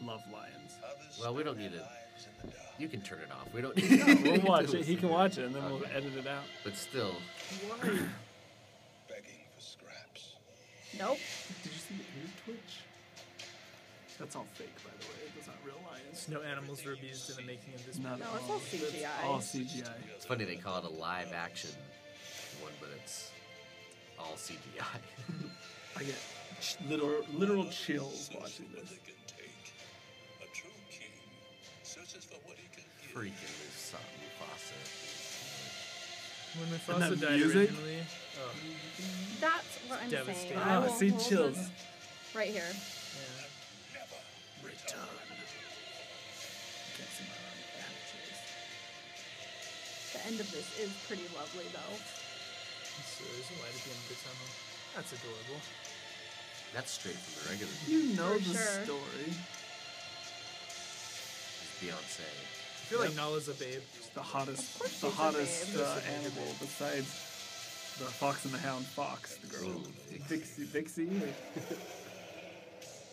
A: love lions.
E: others
B: Well, we don't
E: spend
B: need
E: their
B: it.
E: lives in the dark.
B: You can turn it off. We don't need to
A: We'll watch it. He
B: listen.
A: can watch it, and then we'll
B: Okay.
A: edit it out.
B: But still,
A: Why? Did
E: begging for scraps.
D: Nope.
A: you see the ear twitch? That's all fake, by the way. That's not real lions.
C: No animals were abused in the making of this.
A: Not
D: No,
A: at
D: it's all
A: all.
D: CGI.
A: All CGI.
B: it's funny they call it a live action one, but it's all CGI.
A: I get ch- literal literal chills watching
E: What
A: this.
E: they can take. A true king searches for what he can give.
B: Freaking Musa- Mufasa.
C: When
A: And that
C: Mufasa died
A: music?
C: originally, oh,
D: That's what I'm saying. I
C: Devastating.
A: Ah,
D: will
A: see
D: hold
A: chills.
D: this Right here.
C: yeah.
E: Never return.
B: done. Get some, uh, packages.
D: The end of this is pretty lovely, though.
C: So there's a light at the end of the tunnel. That's adorable.
B: That's straight from the regular.
C: You know
D: For
C: the
D: sure.
C: story.
B: It's Beyonce.
C: I feel like Nala's a babe.
A: It's the hottest, the
D: she's a
A: hottest
D: babe.
A: uh, animal besides the Fox and the Hound fox, the girl.
B: Ooh, Dixie.
A: Dixie, Dixie.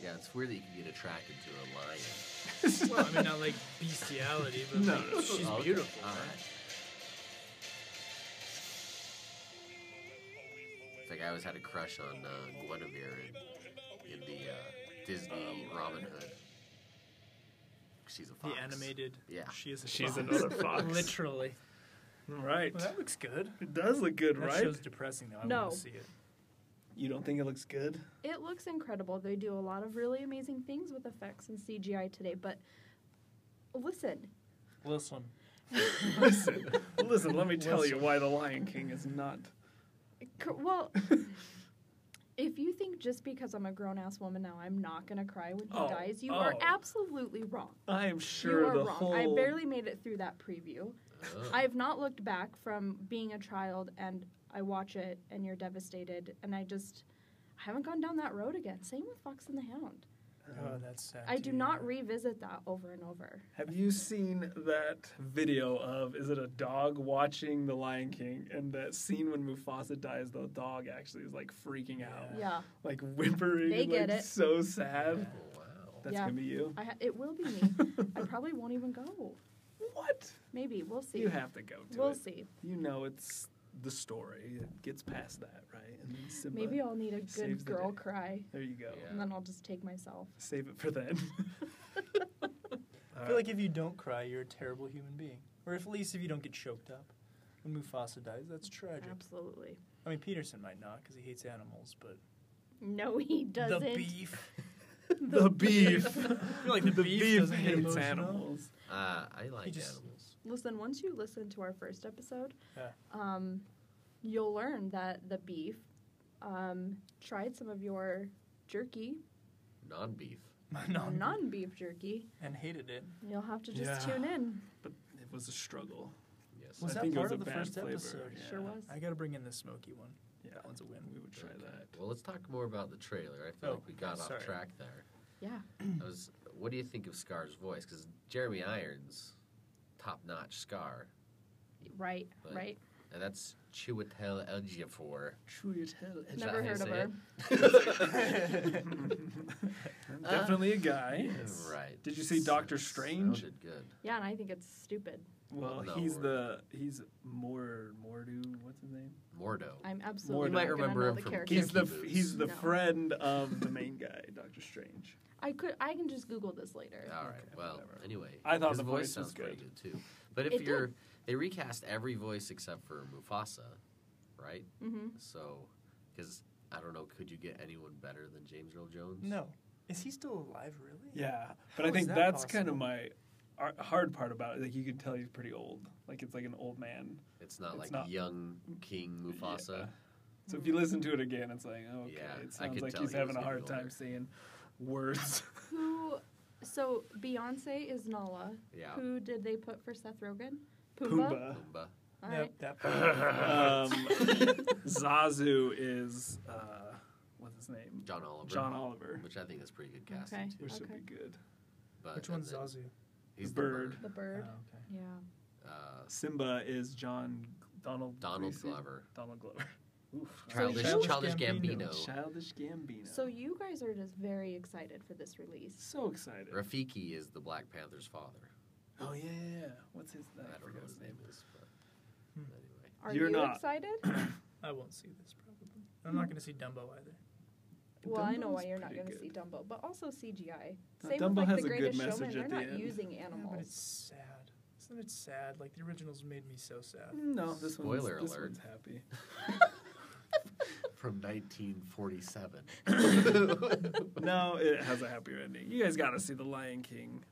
B: Yeah, it's weird that you can get attracted to a lion.
C: Well, I mean, not like bestiality, but
A: No,
C: like,
A: no, no.
C: she's
B: Okay,
C: beautiful.
B: all
C: right?
B: right. It's like I always had a crush on uh, Guinevere in, in the uh, Disney Robin Hood. She's a
C: The
B: fox.
C: animated.
B: Yeah.
C: She is a
A: She's
C: fox.
A: another fox.
C: Literally.
A: Right.
C: Well, that looks good.
A: It does look good,
C: That
A: right?
C: show's depressing, though. I
D: No.
C: want to see it.
A: You don't think it looks good?
D: It looks incredible. They do a lot of really amazing things with effects and CGI today, but listen,
C: Listen.
A: Listen, listen. Let me tell you
C: Listen.
A: why the Lion King is not.
D: Cor- Well, if you think just because I'm a grown ass woman now, I'm not gonna cry when he
A: Oh,
D: dies, you are
A: oh.
D: absolutely wrong.
A: I am sure
D: you are
A: the
D: wrong.
A: whole.
D: I barely made it through that preview.
B: Oh.
D: I have not looked back from being a child, and I watch it, and you're devastated, and I just I haven't gone down that road again. Same with Fox and the Hound.
C: Oh, that's sad.
D: Um, I
C: to
D: do
C: hear.
D: not revisit that over and over.
A: Have you seen that video of is it a dog watching The Lion King and that scene when Mufasa dies the dog actually is like freaking out
D: Yeah,
A: like whimpering
D: They
A: and,
D: get
A: like
D: it.
A: so sad
B: Oh, wow.
A: that's
D: Yeah.
A: gonna be you
D: I ha- it will be me. I probably won't even go.
A: what
D: Maybe we'll see.
A: you have to go to
D: we'll
A: it
D: see.
A: you know it's the story it gets past that right and then Simba,
D: Maybe I'll need a
A: saves
D: good
A: the
D: girl
A: day.
D: cry.
A: there you go
B: Yeah.
D: and then I'll just take myself.
A: save it for then
C: I feel like if you don't cry, you're a terrible human being. Or if, at least if you don't get choked up. When Mufasa dies, that's tragic.
D: Absolutely.
C: I mean, Peterson might not because he hates animals, but
D: No, he doesn't.
C: the beef.
A: the beef
C: I feel like the, beef, doesn't get
A: hates
C: emotional.
A: animals
B: Uh, I like
C: just-
B: animals.
D: Listen, once you listen to our first episode,
C: Yeah.
D: um, you'll learn that the beef um, tried some of your jerky,
B: Non beef. Oh,
C: no, not.
D: non beef jerky.
C: And hated it.
D: You'll have to just
A: Yeah.
D: tune in.
A: but it was a struggle
B: Yes.
C: Was
A: I
C: that
A: think it
C: part
A: was
C: of
A: a
C: the
A: bad
C: first
A: flavor,
C: episode?
A: yeah.
D: Sure was.
C: I gotta bring in the smoky one.
A: yeah
C: That one's a win.
A: we would try that
B: Well, let's talk more about the trailer. I feel
C: Oh,
B: like we got
C: sorry.
B: off track there.
D: Yeah.
B: I was, what do you think of Scar's voice? Because Jeremy Irons, top notch Scar,
D: Right.
B: But-
D: Right.
B: and that's Chiwetel Ejiofor.
A: True as hell.
B: Is that
D: Never
B: how you
D: heard of
B: say
D: her.
B: it?
C: Uh,
A: Definitely a guy.
B: Right.
A: Did you see
B: So-
A: Doctor Strange?
B: Sounded good.
D: Yeah, and I think it's stupid.
A: Well,
B: No,
A: he's
B: or-
A: the he's Mor Mordu. What's his name?
B: Mordo.
D: I'm absolutely
A: You
D: not
A: might
D: gonna
B: remember
D: know
B: him
D: the
B: from
D: character.
A: He's
B: Kinky
A: the
B: Boots.
A: he's the
D: No.
A: friend of the main guy, Doctor Strange.
D: I could. I can just Google this later.
B: All right. well,
A: whatever.
B: anyway,
A: I thought
B: his
A: the
B: voice
A: voice was
B: sounds pretty good too. But if
D: It did.
B: you're, they recast every voice except for Mufasa, right?
D: Mm-hmm.
B: So, because I don't know, could you get anyone better than James Earl Jones?
C: No. Is he still alive, really?
A: Yeah, but
C: How
A: I
C: is
A: think
C: that
A: that's kind of
C: possible?
A: my ar- hard part about it. Like you can tell he's pretty old. Like it's like an old man.
B: it's not
A: It's
B: like
A: not-
B: young King Mufasa.
A: So if you listen to it again, it's like oh, okay,
B: Yeah,
A: it
B: I could
A: sounds like
B: tell
A: he's
B: he was
A: having a
B: getting
A: hard time
B: older.
A: saying words.
D: Who? So Beyonce is Nala.
B: Yeah,
D: Who did they put for Seth Rogen?
A: Pumbaa.
B: Pumbaa.
D: All
C: Yep,
D: right.
C: that part.
A: Um, Zazu is uh, what's his name?
B: John Oliver.
A: John Oliver,
B: Which I think is pretty good casting
D: Okay.
B: too.
A: which should
D: Okay.
A: be good.
B: But,
C: Which
B: and
C: one's
B: then
C: Zazu?
B: He's
A: The
B: the
A: bird.
B: bird.
D: The
C: Uh, Oh,
D: bird.
C: okay.
D: Yeah.
B: Uh,
A: Simba is John Donald
B: Donald
A: Gleason?
B: Glover.
A: Donald Glover. Oof.
B: Childish,
C: Childish
B: Childish
C: Gambino.
B: Gambino.
A: Childish Gambino.
D: So you guys are just very excited for this release.
A: so excited.
B: Rafiki is the Black Panther's father.
A: Oh yeah, yeah, yeah. What's his?
B: I,
A: I,
B: don't know
A: forgot
B: what his name is, but anyway.
D: Are
A: You're
D: you
A: not.
D: excited?
C: I won't see this probably. I'm not gonna see Dumbo either.
D: well, I know
A: Dumbo's
D: why you're not
A: pretty
D: going to
A: good.
D: see Dumbo, but also CGI.
A: No,
D: Same
A: Dumbo
D: with like
A: has a
D: the
A: good
D: Greatest
A: message
D: Showman. They're
A: at
D: not
A: the end.
D: using
C: Yeah, but
D: animals.
C: it's sad. Isn't it sad? Like the originals made me so sad.
A: No, this
B: Spoiler
A: one's, This
B: alert.
A: one's happy.
B: From 1947.
A: no, it has a happier ending. You guys got to see The Lion King.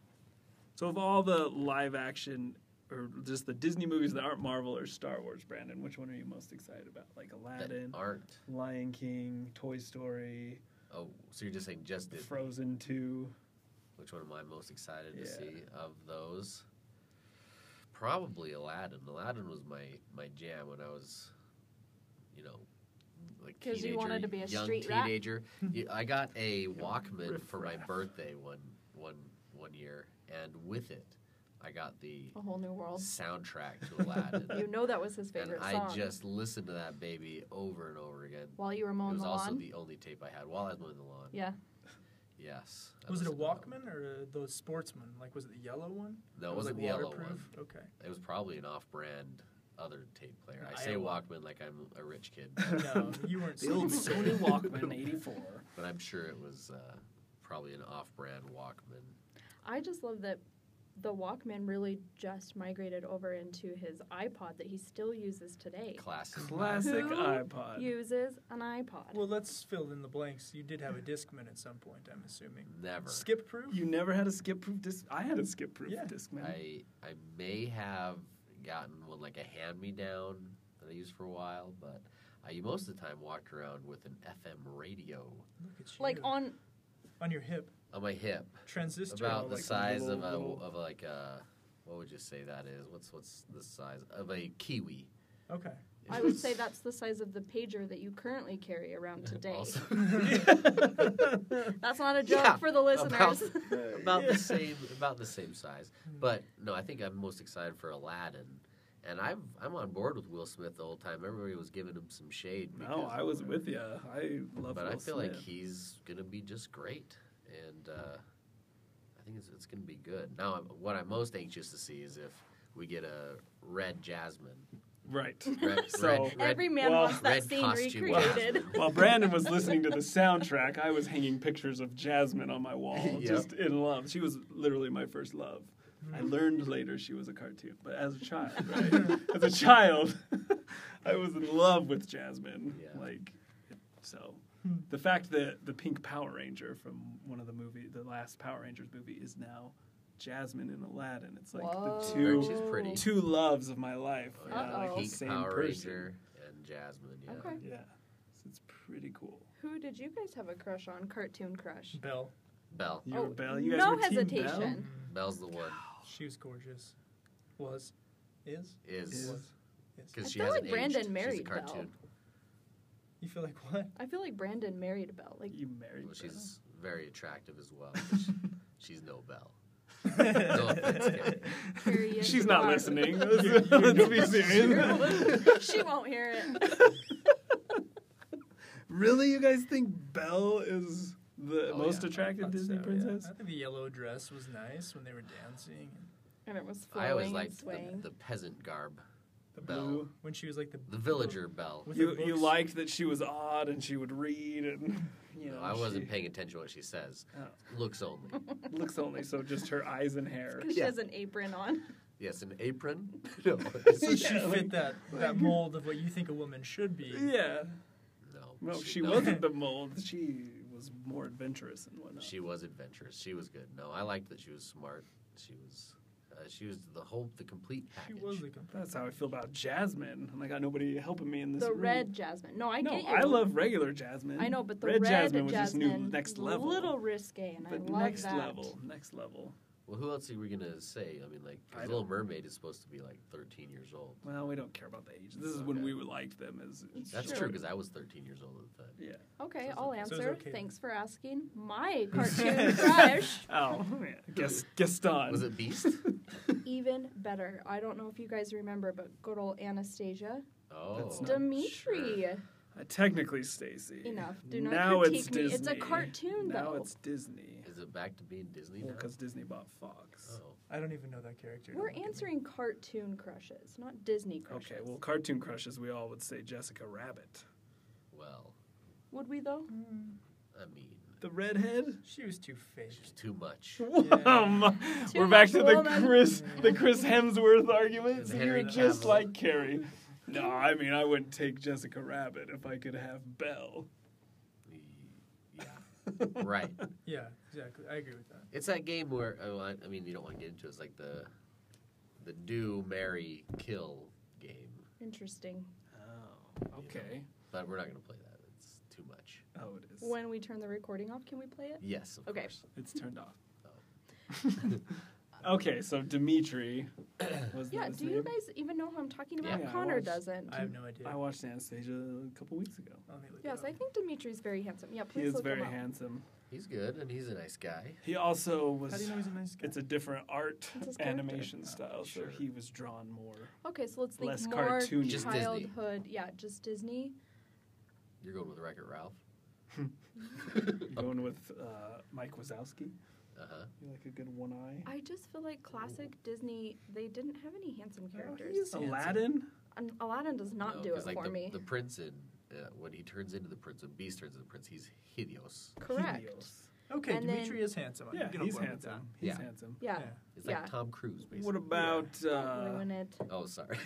A: So of all the live action or just the Disney movies that aren't Marvel or Star Wars, Brandon, which one are you most excited about? Like
B: that
A: Aladdin,
B: aren't.
A: Lion King, Toy Story,
B: Oh, so you're just saying just Disney?
A: Frozen Two.
B: Which one am I most excited to
A: Yeah.
B: see of those? Probably Aladdin. Aladdin was my my jam when I was, you know, like
D: 'Cause you
B: teenager,
D: wanted to be a
B: young
D: street rat?
B: teenager. You- I got a Walkman for my
C: riffraff.
B: birthday one one one year, and with it, I got the
D: A whole new world.
B: soundtrack to Aladdin.
D: You know that was his
B: and
D: Oh. favorite
B: I
D: song.
B: just listened to that baby over and over again.
D: While you were
B: It
D: mowing
B: was
D: the
B: also
D: lawn.
B: the only tape I had while I was mowing the lawn.
D: yeah.
B: Yes. I
C: Was it a
B: listened to that one.
C: Walkman or the sportsman? Like, was it the yellow one?
B: No,
C: Or
B: it
C: was
B: wasn't
C: it
B: the yellow
C: waterproof?
B: one.
C: Okay.
B: It was probably an off-brand other tape player. I
C: I
B: say
C: am-
B: Walkman like I'm a rich kid,
C: No, you weren't.
A: The old Sony
C: stupid.
A: Walkman '84.
B: but I'm sure it was uh, probably an off-brand Walkman.
D: I just love that the Walkman really just migrated over into his iPod that he still uses today.
B: Classic.
A: Classic
D: Who
A: iPod.
D: Uses an iPod.
C: Well, let's fill in the blanks. You did have a Discman at some point, I'm assuming.
B: Never.
C: Skip proof?
A: You never had a skip proof disc. I had a skip proof
C: Yeah.
A: disc, man.
B: I I may have gotten one like a hand-me-down that I used for a while, but I most of the time walked around with an FM radio
C: Look at you.
D: like on
C: on your hip,
B: on my hip,
C: transistor.
B: about the
A: like,
B: size of a
A: little-
B: of like a what would you say that is? What's what's the size of a kiwi?
C: Okay.
D: I would say that's the size of the pager that you currently carry around today.
B: Also-
D: that's not a joke
B: Yeah,
D: for the
B: about-
D: listeners.
B: about the same about the same size.
A: Hmm.
B: But no, I think I'm most excited for Aladdin. And I'm I'm on board with Will Smith the whole time. Everybody was giving him some shade.
A: no,
B: because-
A: I was with you. I love.
B: But I
A: Will
B: feel
A: Smith.
B: like he's gonna be just great, and uh, I think it's, it's gonna be good. Now, I'm, what I'm most anxious to see is if we get a red Jasmine.
A: right.
B: Red,
A: So-
B: red, red,
D: Every man
A: well,
D: wants that
B: red
D: scene
B: costume
D: recreated.
B: Jasmine.
A: While Brandon was listening to the soundtrack, I was hanging pictures of Jasmine on my wall,
B: Yep.
A: just in love. She was literally my first love. I learned later she was a cartoon, but as a child, right? as a child, I was in love with Jasmine.
B: Yeah.
A: Like, so the fact that the pink Power Ranger from one of the movie, the last Power Rangers movie, is now Jasmine in Aladdin. It's like the
B: Heard
A: two
B: she's pretty.
A: two loves of my life.
B: Oh,
A: are
B: yeah.
A: now, like,
D: Uh-oh.
A: the
B: Pink
A: same
B: Power
A: person.
B: Ranger and Jasmine. Yeah.
D: Okay.
A: Yeah, so it's pretty cool.
D: Who did you guys have a crush on? Cartoon crush.
C: Bell.
B: Belle.
A: You were
D: Oh,
A: Belle. You guys
D: no
A: were team Belle?
D: hesitation.
B: Belle's the one.
C: She was gorgeous. Was. Is.
B: Is
A: Is.
C: Is.
D: I
B: because she
D: feel
B: hasn't
D: like
B: aged.
D: Brandon
B: She's a
D: married Belle.
B: cartoon.
C: You feel like what?
D: I feel like Brandon married Belle. Like
A: You married.
B: Well,
A: Belle.
B: she's very attractive as well. but she- She's no Belle. No offense, Karen.
D: curious.
A: She's not
D: Barbie.
A: listening. Let's, let's be serious.
D: she won't hear it.
A: really, you guys think Belle is the
B: Oh,
A: most
B: yeah.
A: attractive
C: Thought
A: Disney
C: so, yeah.
A: princess?
C: I think the yellow dress was nice when they were dancing.
D: And it was flowing
B: I always
D: and
B: liked
D: swaying.
B: the, the peasant garb,
C: The
B: Belle.
A: Blue.
C: When she was like the
B: the villager Belle.
C: With
A: You
C: her
A: you
C: books.
A: liked that she was odd and she would read and you know.
B: No, I wasn't
A: she
B: paying attention to what she says.
A: Oh.
B: Looks only.
A: Looks only so just her eyes and hair.
D: 'Cause she
B: Yeah.
D: has an apron on.
B: Yes, an apron. no,
C: So she
A: Yeah, like-
C: fit that that mold of what you think a woman should be.
A: Yeah.
B: no,
A: No, she,
B: no,
A: wasn't the mold. She was more adventurous and whatnot.
B: She was adventurous. She was good. No, I liked that she was smart. She was, uh, she was the whole, the complete
C: She
B: package.
C: was the complete.
A: That's how I feel about Jasmine. And I got nobody helping me in this.
D: The
A: room.
D: red jasmine. No, I
A: no,
D: get you.
A: I love regular Jasmine.
D: I know, but the
A: red,
D: red
A: Jasmine was just new
D: Jasmine,
A: next level.
D: Little risque, and I
A: but
D: love
A: next
D: that.
A: level, next level.
B: Well, who else are we gonna say? I mean, like, 'cause
A: I
B: Little Mermaid is supposed to be like 13 years old.
A: Well, we don't care about the age. This is when
B: Okay.
A: we liked them as.
B: That's
D: Sure.
B: true because I was 13 years old at the time.
A: Yeah.
D: Okay,
B: So
D: I'll
B: it's-
C: so
D: answer.
C: it's okay.
D: Thanks for asking. My cartoon crush,
A: Oh, yeah. Gas- Gaston.
B: Was it Beast?
D: even better. I don't know if you guys remember, but good old Anastasia,
B: Oh,
A: That's not-
D: Dimitri.
A: Uh, technically, Stacy.
D: Enough. Do not
A: now
D: critique
A: it's
D: me.
A: Disney.
D: It's a cartoon,
A: Now
D: though.
A: it's Disney.
B: Is it back to being Disney now?
A: Because Disney bought Fox.
B: Oh,
C: I don't even know that character.
D: We're
C: Don't look at me.
D: answering cartoon crushes, not Disney crushes.
A: Okay, well, cartoon crushes, we all would say Jessica Rabbit.
B: well,
D: would we though?
B: I mean,
A: The redhead?
C: She was too fake.
B: just too much.
A: Whoa, my-
D: Too
A: Um, We're back
D: much
A: to the
D: woman.
A: Chris, the Chris Hemsworth argument.
B: And
A: So
B: Henry
A: You're just
B: Cavill.
A: like Carrie. No, I mean I wouldn't take Jessica Rabbit if I could have Belle.
B: Yeah, right.
C: Yeah, exactly. I agree with that.
B: It's that game where oh, I, I mean, you don't want to get into it. It's like the the do, marry, kill game,
D: Interesting.
A: Oh, okay.
B: but we're not gonna play that. It's too much.
A: Oh, it is.
D: When we turn the recording off, can we play it?
B: Yes, of
D: Okay.
B: course.
A: It's turned off.
C: Oh.
A: Okay, so Dimitri was
D: Yeah,
A: his
D: do you
A: name?
D: guys even know who I'm talking about?
A: Yeah, I
D: Connor
A: watched-
D: doesn't.
C: I have no idea.
A: I watched Anastasia a couple weeks ago.
C: Let me look it
D: yes,
C: up.
D: I think Dimitri's very handsome. Yeah,
A: He
D: please
A: is
D: look
A: very
D: him up.
A: handsome.
B: He's good, and he's a nice guy.
A: He also was.
C: How do you know he's a nice guy? Oh,
A: it's a different art
D: It's his character.
A: animation style,
B: Sure.
A: so he was drawn more.
D: Okay, so let's think
A: Less
D: more
A: cartoony.
B: Just Disney.
D: childhood. Yeah, just Disney.
B: You're going with Wreck It Ralph.
A: Going with uh, Mike Wazowski.
B: Uh huh.
A: You like a good one eye.
D: I just feel like classic Disney. They didn't have any handsome characters.
A: He's
B: handsome.
A: Aladdin.
D: And Aladdin does not do it for
B: the,
D: me.
B: The prince in uh, when he turns into the prince, when Beast turns into the prince, he's hideous.
D: Correct.
A: Helios.
C: okay,
D: and
C: Dimitri
D: then-
C: is handsome. I
A: Yeah,
C: can get on
A: he's
C: board with
A: handsome.
B: that.
A: He's
B: Yeah.
A: handsome.
C: that.
D: Yeah.
C: Yeah.
B: It's
D: Yeah.
B: like Tom Cruise, basically.
A: What about
D: Don't
A: uh,
D: ruin it.
B: Oh, sorry.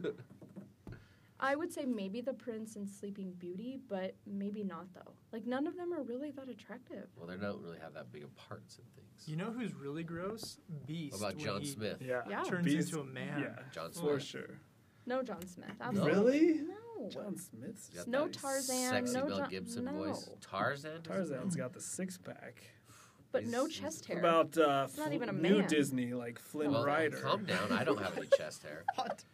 D: I would say maybe the prince and Sleeping Beauty, but maybe not though. Like none of them are really that attractive.
B: well, they don't really have that big of parts and things.
C: You know who's really gross? Beast.
B: What about
C: when
B: John
C: he
B: Smith?
D: Yeah.
C: Turns
A: Beast-
C: into a man.
A: Yeah,
B: John Smith.
A: for sure.
D: No John Smith. Absolutely.
A: Really?
D: No.
A: John Smith's
B: He's got
D: No
B: that
D: Tarzan,
B: Sexy
D: no
B: Mel
D: John-
B: Gibson
D: no.
B: voice. Tarzan. is-
A: Tarzan's got the six pack.
D: But no
B: He's- he's-
D: chest hair.
A: About uh,
D: It's not even a
A: new
D: man.
A: Disney like Flynn
B: Well,
A: Rider.
B: Calm down. I don't have any chest hair.
C: Hot.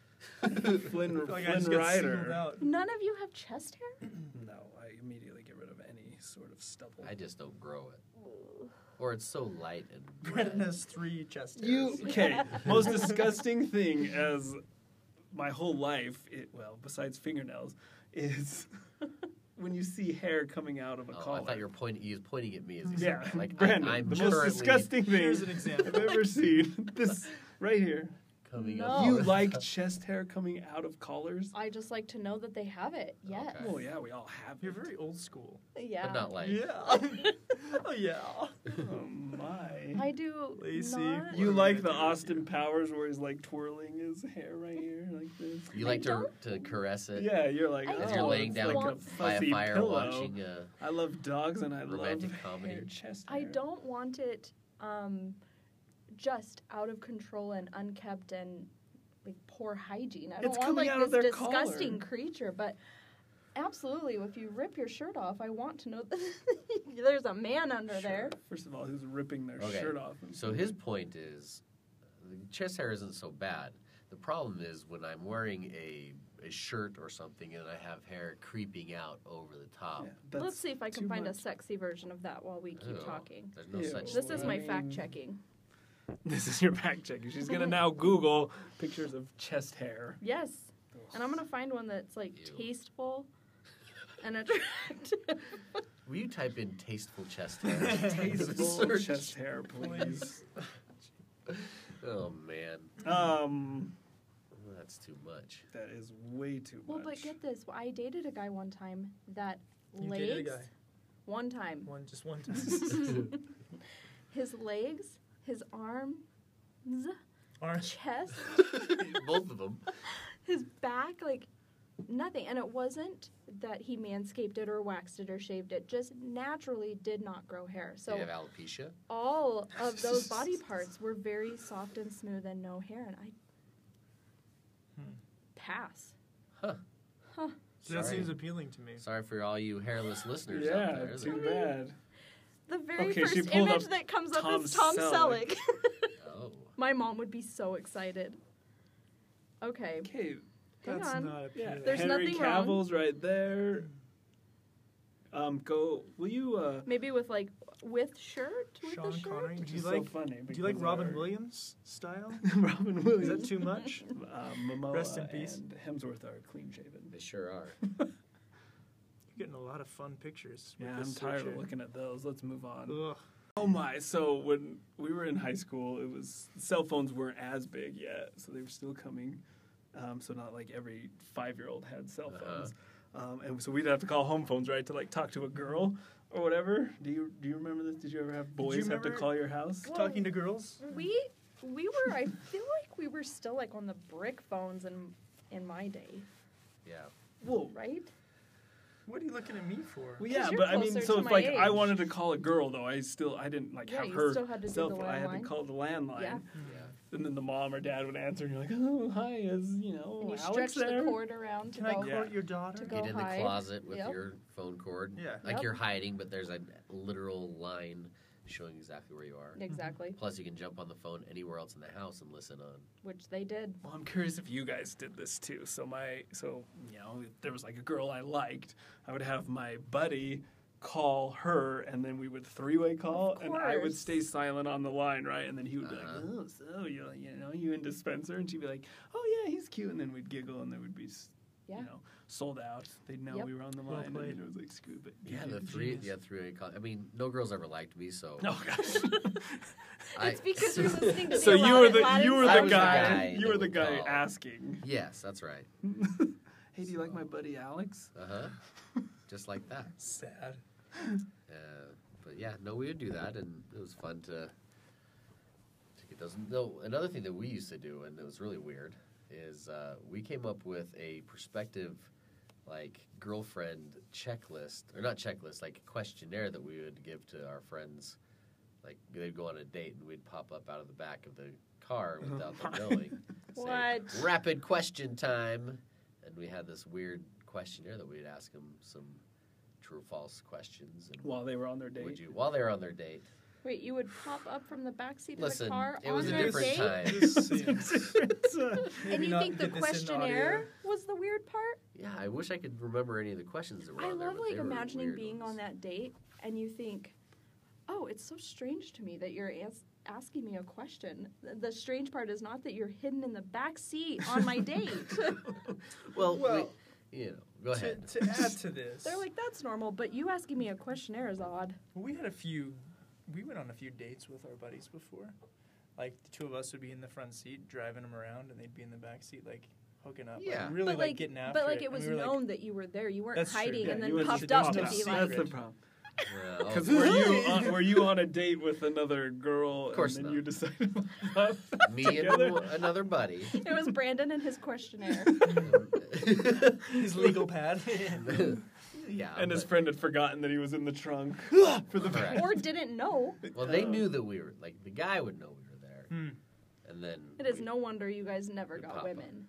A: Flynn,
C: I feel like
A: Flynn
C: I just got singled
A: Rider.
C: out.
D: None of you have chest hair?
A: No, I immediately get rid of any sort of stubble.
B: I just don't grow it, or it's so light and.
C: Brennan
B: red.
C: has three chest hairs.
A: You okay? Most disgusting thing as my whole life, it, well, besides fingernails, is when you see hair coming out of a
B: Oh,
A: collar.
B: I thought you were pointing. He was pointing at me as he said
A: yeah,
B: that. Like
A: Brandon,
B: I, I'm
A: the most
B: currently
A: disgusting thing
C: Here's an
A: I've
C: example.
A: ever seen. This right here.
B: coming
D: No.
C: Oh.
B: up.
A: You
B: with-
A: like chest hair coming out of collars?
D: I just like to know that they have it. Yes.
B: Okay.
A: Well, Oh, yeah, we all have.
C: You're
A: it.
C: very old school.
D: Yeah.
B: but not like.
C: Yeah. oh yeah.
A: Oh my.
D: I do.
C: Lacey.
D: Not.
A: You
C: We're
A: like the
C: gonna do it here.
A: Austin Powers where he's like twirling his hair right here like this?
B: You
D: I
B: like to, to caress it.
A: Yeah, you're like
D: I
B: As
A: oh,
B: you're laying
A: it's
B: down
A: like a
B: by a
A: fuzzy
B: fire
A: pillow.
B: watching uh,
A: I love dogs and I
B: romantic
A: love
B: comedy.
A: Hair, chest
D: I
A: hair.
D: don't want it um, just out of control and unkept and like poor hygiene. I don't
A: It's
D: want
A: coming
D: like
A: out
D: this
A: of their
D: disgusting
A: collar.
D: creature, but absolutely, if you rip your shirt off, I want to know that there's a man under
A: Sure.
D: there.
A: First of all, who's ripping their
B: Okay.
A: shirt off? and-
B: So his point is, the chest hair isn't so bad. The problem is when I'm wearing a, a shirt or something and I have hair creeping out over the top.
A: Yeah, that's
D: Let's see if I can
A: too
D: find a
A: much.
D: sexy version of that while we keep
B: Ew.
D: talking.
B: There's no
A: Ew.
B: such
D: This is
A: I
D: my
A: mean-
D: fact checking.
A: This is your fact checker. She's gonna now Google pictures of chest hair.
D: Yes, and I'm gonna find one that's like
B: Ew.
D: tasteful and attractive.
B: Will you type in tasteful chest hair?
A: Tasteful
B: Search.
A: chest hair, please.
B: Oh man, Oh,
A: um,
B: that's too much.
A: that is way too
D: well,
A: much.
D: but get this. I dated a guy one time that
C: You
D: legs.
C: dated a guy.
D: One time.
C: One just one time.
D: His legs, his arms,
C: Orange.
D: chest,
B: Both of them.
D: his back, like nothing. And it wasn't that he manscaped it or waxed it or shaved it, just naturally did not grow hair.
B: Do
D: So
B: you have alopecia?
D: all of those body parts were very soft and smooth and no hair. And I
C: Hmm.
D: pass.
C: So that
B: Sorry.
C: seems appealing to me.
B: Sorry for all you hairless listeners out
A: yeah,
B: there. isn't
A: too
B: it?
A: bad.
D: The very
A: Okay, she
D: first
A: pulled
D: image
A: up
D: that comes up
A: Tom
D: is Tom
A: Selleck.
D: Selleck.
B: Oh,
D: My mom would be so excited. Okay.
A: Okay,
D: Hang
C: That's
D: on.
C: not
A: yeah,
C: appealing.
D: There's
A: Henry
D: nothing wrong.
A: Cavill's right there. Um, go. Will you? Uh,
D: Maybe with like with shirt with the
C: Sean
D: shirt.
C: Connery.
A: which
C: Do you
A: is
C: like
A: so funny.
C: Do you like
A: because
C: Robin
A: our-
C: Williams style?
A: Robin Williams.
C: Is that too much?
A: Uh, Momoa
C: Rest in peace.
A: and Hemsworth are clean shaven.
B: they sure are.
C: You're getting a lot of fun pictures. with
A: Yeah,
C: this
A: I'm tired
C: picture.
A: of looking at those. Let's move on.
C: Ugh.
A: Oh my! So when we were in high school, it was cell phones weren't as big yet, so they were still coming. Um, so not like every five-year-old had cell
B: Uh-huh.
A: phones, um, and so we'd have to call home phones, right, to like talk to a girl or whatever. Do you do you remember this? Did you ever have boys have to
C: remember-
A: call your house?
D: Well,
C: Talking to girls.
D: We we were. I feel like we were still like on the brick phones in in my day,
B: Yeah.
A: Well,
D: right?
C: What are you looking at me for?
A: well yeah,
D: you're
A: but I mean,
D: closer
A: so
D: to
A: if
D: my
A: like I
D: age.
A: wanted to call a girl though, I still I didn't like
D: Yeah,
A: have
D: you
A: her
D: still had to do
A: cell
D: the
A: phone. I had to
D: landline.
A: call the landline.
D: Yeah.
B: Yeah.
A: And then the mom or dad would answer, and you're like, "Oh, hi, is you know
D: And you
A: Oh, Alex
D: stretch
A: there?"
D: the cord around to
C: Can I
D: go.
C: court
A: Yeah.
C: your daughter?
D: To go-
B: Get in the
D: hide.
B: closet with
D: Yep.
B: your phone cord.
C: Yeah.
B: Like
D: Yep.
B: you're hiding, but there's a literal line showing exactly where you are.
D: Exactly.
B: Plus, you can jump on the phone anywhere else in the house and listen on.
D: Which they did.
A: Well, I'm curious if you guys did this too. So my, so you know, if there was like a girl I liked, I would have my buddy call her, and then we would three-way call,
D: Of
A: and I would
D: course.
A: stay silent on the line, right? And then he would
B: Uh-huh.
A: be like, "Oh, so you you know you into Spencer?" And she'd be like, "Oh yeah, he's cute," and then we'd giggle, and there would be. s-
D: Yeah.
A: You know, sold out. They'd know
D: Yep.
A: we were on the
C: Well
A: line. and
C: played.
A: then it was like, screw it.
B: Yeah,
A: you're
B: the
A: a
B: three,
A: genius."
B: yeah, three-way call. I mean, no girls ever liked me, so.
A: Oh gosh.
B: I-
D: it's because you're listening to me
A: so you
D: loud
A: were
D: and
A: the
D: loud
A: you
D: and
A: were
B: I
A: the
B: was
D: loud.
B: the
A: guy
B: guy
A: you
B: that
A: were the
B: would
A: guy
B: call.
A: asking.
B: Yes, that's right.
A: Hey, do you like my buddy Alex?
B: Uh huh. Just like that.
C: Sad.
B: Uh, but yeah, no, we would do that, and it was fun to to get those. No, another thing that we used to do, and it was really weird, is uh, we came up with a prospective like girlfriend checklist, or not checklist, like questionnaire that we would give to our friends. Like they'd go on a date, and we'd pop up out of the back of the car without them
A: my.
B: knowing. say,
D: What?
B: Rapid question time, and we had this weird questionnaire that we'd ask them some true or false questions and
A: While they were on their
B: would
A: date.
B: you while they were on their date?
D: Wait, you would pop up from the backseat of the
B: Listen,
D: car
B: it
D: on
B: was a
D: their
B: different
D: date,
B: time.
D: and you think the questionnaire was the weird part?
B: Yeah, I wish I could remember any of the questions that were
D: I
B: on there.
D: love
B: but
D: like
B: they were
D: imagining
B: weird
D: being
B: ones.
D: on that date and you think, oh, it's so strange to me that you're ans- asking me a question. Th- The strange part is not that you're hidden in the back seat on my date.
B: Well,
C: Well,
B: we, you know, go
C: to,
B: ahead.
C: to add to this,
D: They're like, that's normal, but you asking me a questionnaire is odd.
C: we had a few. We went on a few dates with our buddies before. Like the two of us would be in the front seat driving them around, and they'd be in the back seat, like hooking up,
B: Yeah.
C: like, really
D: but
C: like, getting after
D: but like
C: it.
D: it
C: And
D: was
C: we were like,
D: known that you were there. You weren't
C: That's true.
D: hiding
C: Yeah,
D: and then
A: you went
D: popped
C: to
D: up to
C: pop
D: be
C: out.
D: like,
A: That's the problem.
B: Well,
A: Because
B: oh,
A: were you on, were you on a date with another girl
B: Of course
A: and then
B: not.
A: you decided to pop up
B: me
A: together?
B: and another buddy.
D: it was Brandon and his questionnaire.
C: his legal pad.
B: yeah,
A: and his
B: but-
A: friend had forgotten that he was in the trunk for the
B: Correct.
D: or didn't know.
B: Well, they knew that we were like the guy would know we were there,
C: Hmm.
B: and then
D: It is
B: we-
D: no wonder you guys never
B: The
D: got
B: pop-up.
D: women.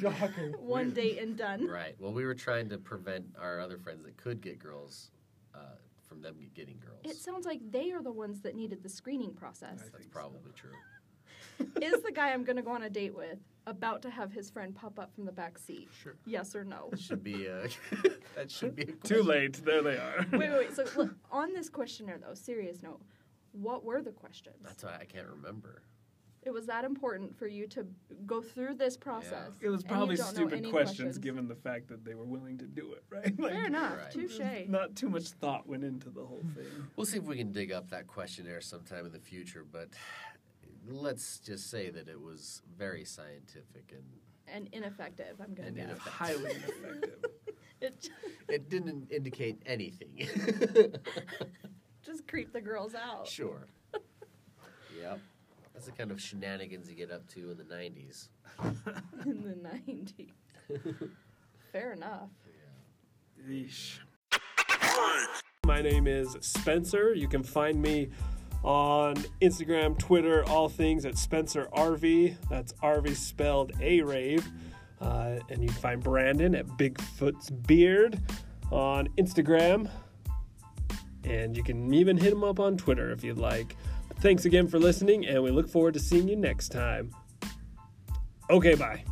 C: Shocker.
D: One date and done.
B: right. Well, we were trying to prevent our other friends that could get girls uh, from them getting girls.
D: It sounds like they are the ones that needed the screening process.
A: I
B: That's
A: think so.
B: probably true.
D: Is the guy I'm going to go on a date with about to have his friend pop up from the back seat?
C: Sure.
D: Yes or no?
B: That should be a that should be a
A: Too
B: question.
A: late. There they are.
D: Wait, wait, wait. So look, on this questionnaire, though, serious note, what were the questions?
B: That's why I can't remember.
D: It was that important for you to go through this process.
A: It was
D: and you
A: probably
D: don't know
A: stupid
D: any
A: questions, given the fact that they were willing to do it, right? Like,
D: Fair enough.
B: Right.
D: Touche.
A: Not too much thought went into the whole thing.
B: We'll see if we can dig up that questionnaire sometime in the future, but let's just say that it was very scientific and
D: And ineffective, I'm going
B: And
D: to guess.
B: ineff-
A: Highly ineffective.
D: It
B: it didn't indicate anything.
D: just creeped the girls out.
B: sure. Yep. That's the kind of shenanigans you get up to in the 90s.
D: in the 90s. Fair enough.
A: Yeesh.
F: My name is Spencer. You can find me on Instagram, Twitter, all things at Spencer RV. That's RV spelled A Rave. Uh, and you can find Brandon at Bigfoot's Beard on Instagram. And you can even hit him up on Twitter if you'd like. Thanks again for listening, and we look forward to seeing you next time. Okay, bye.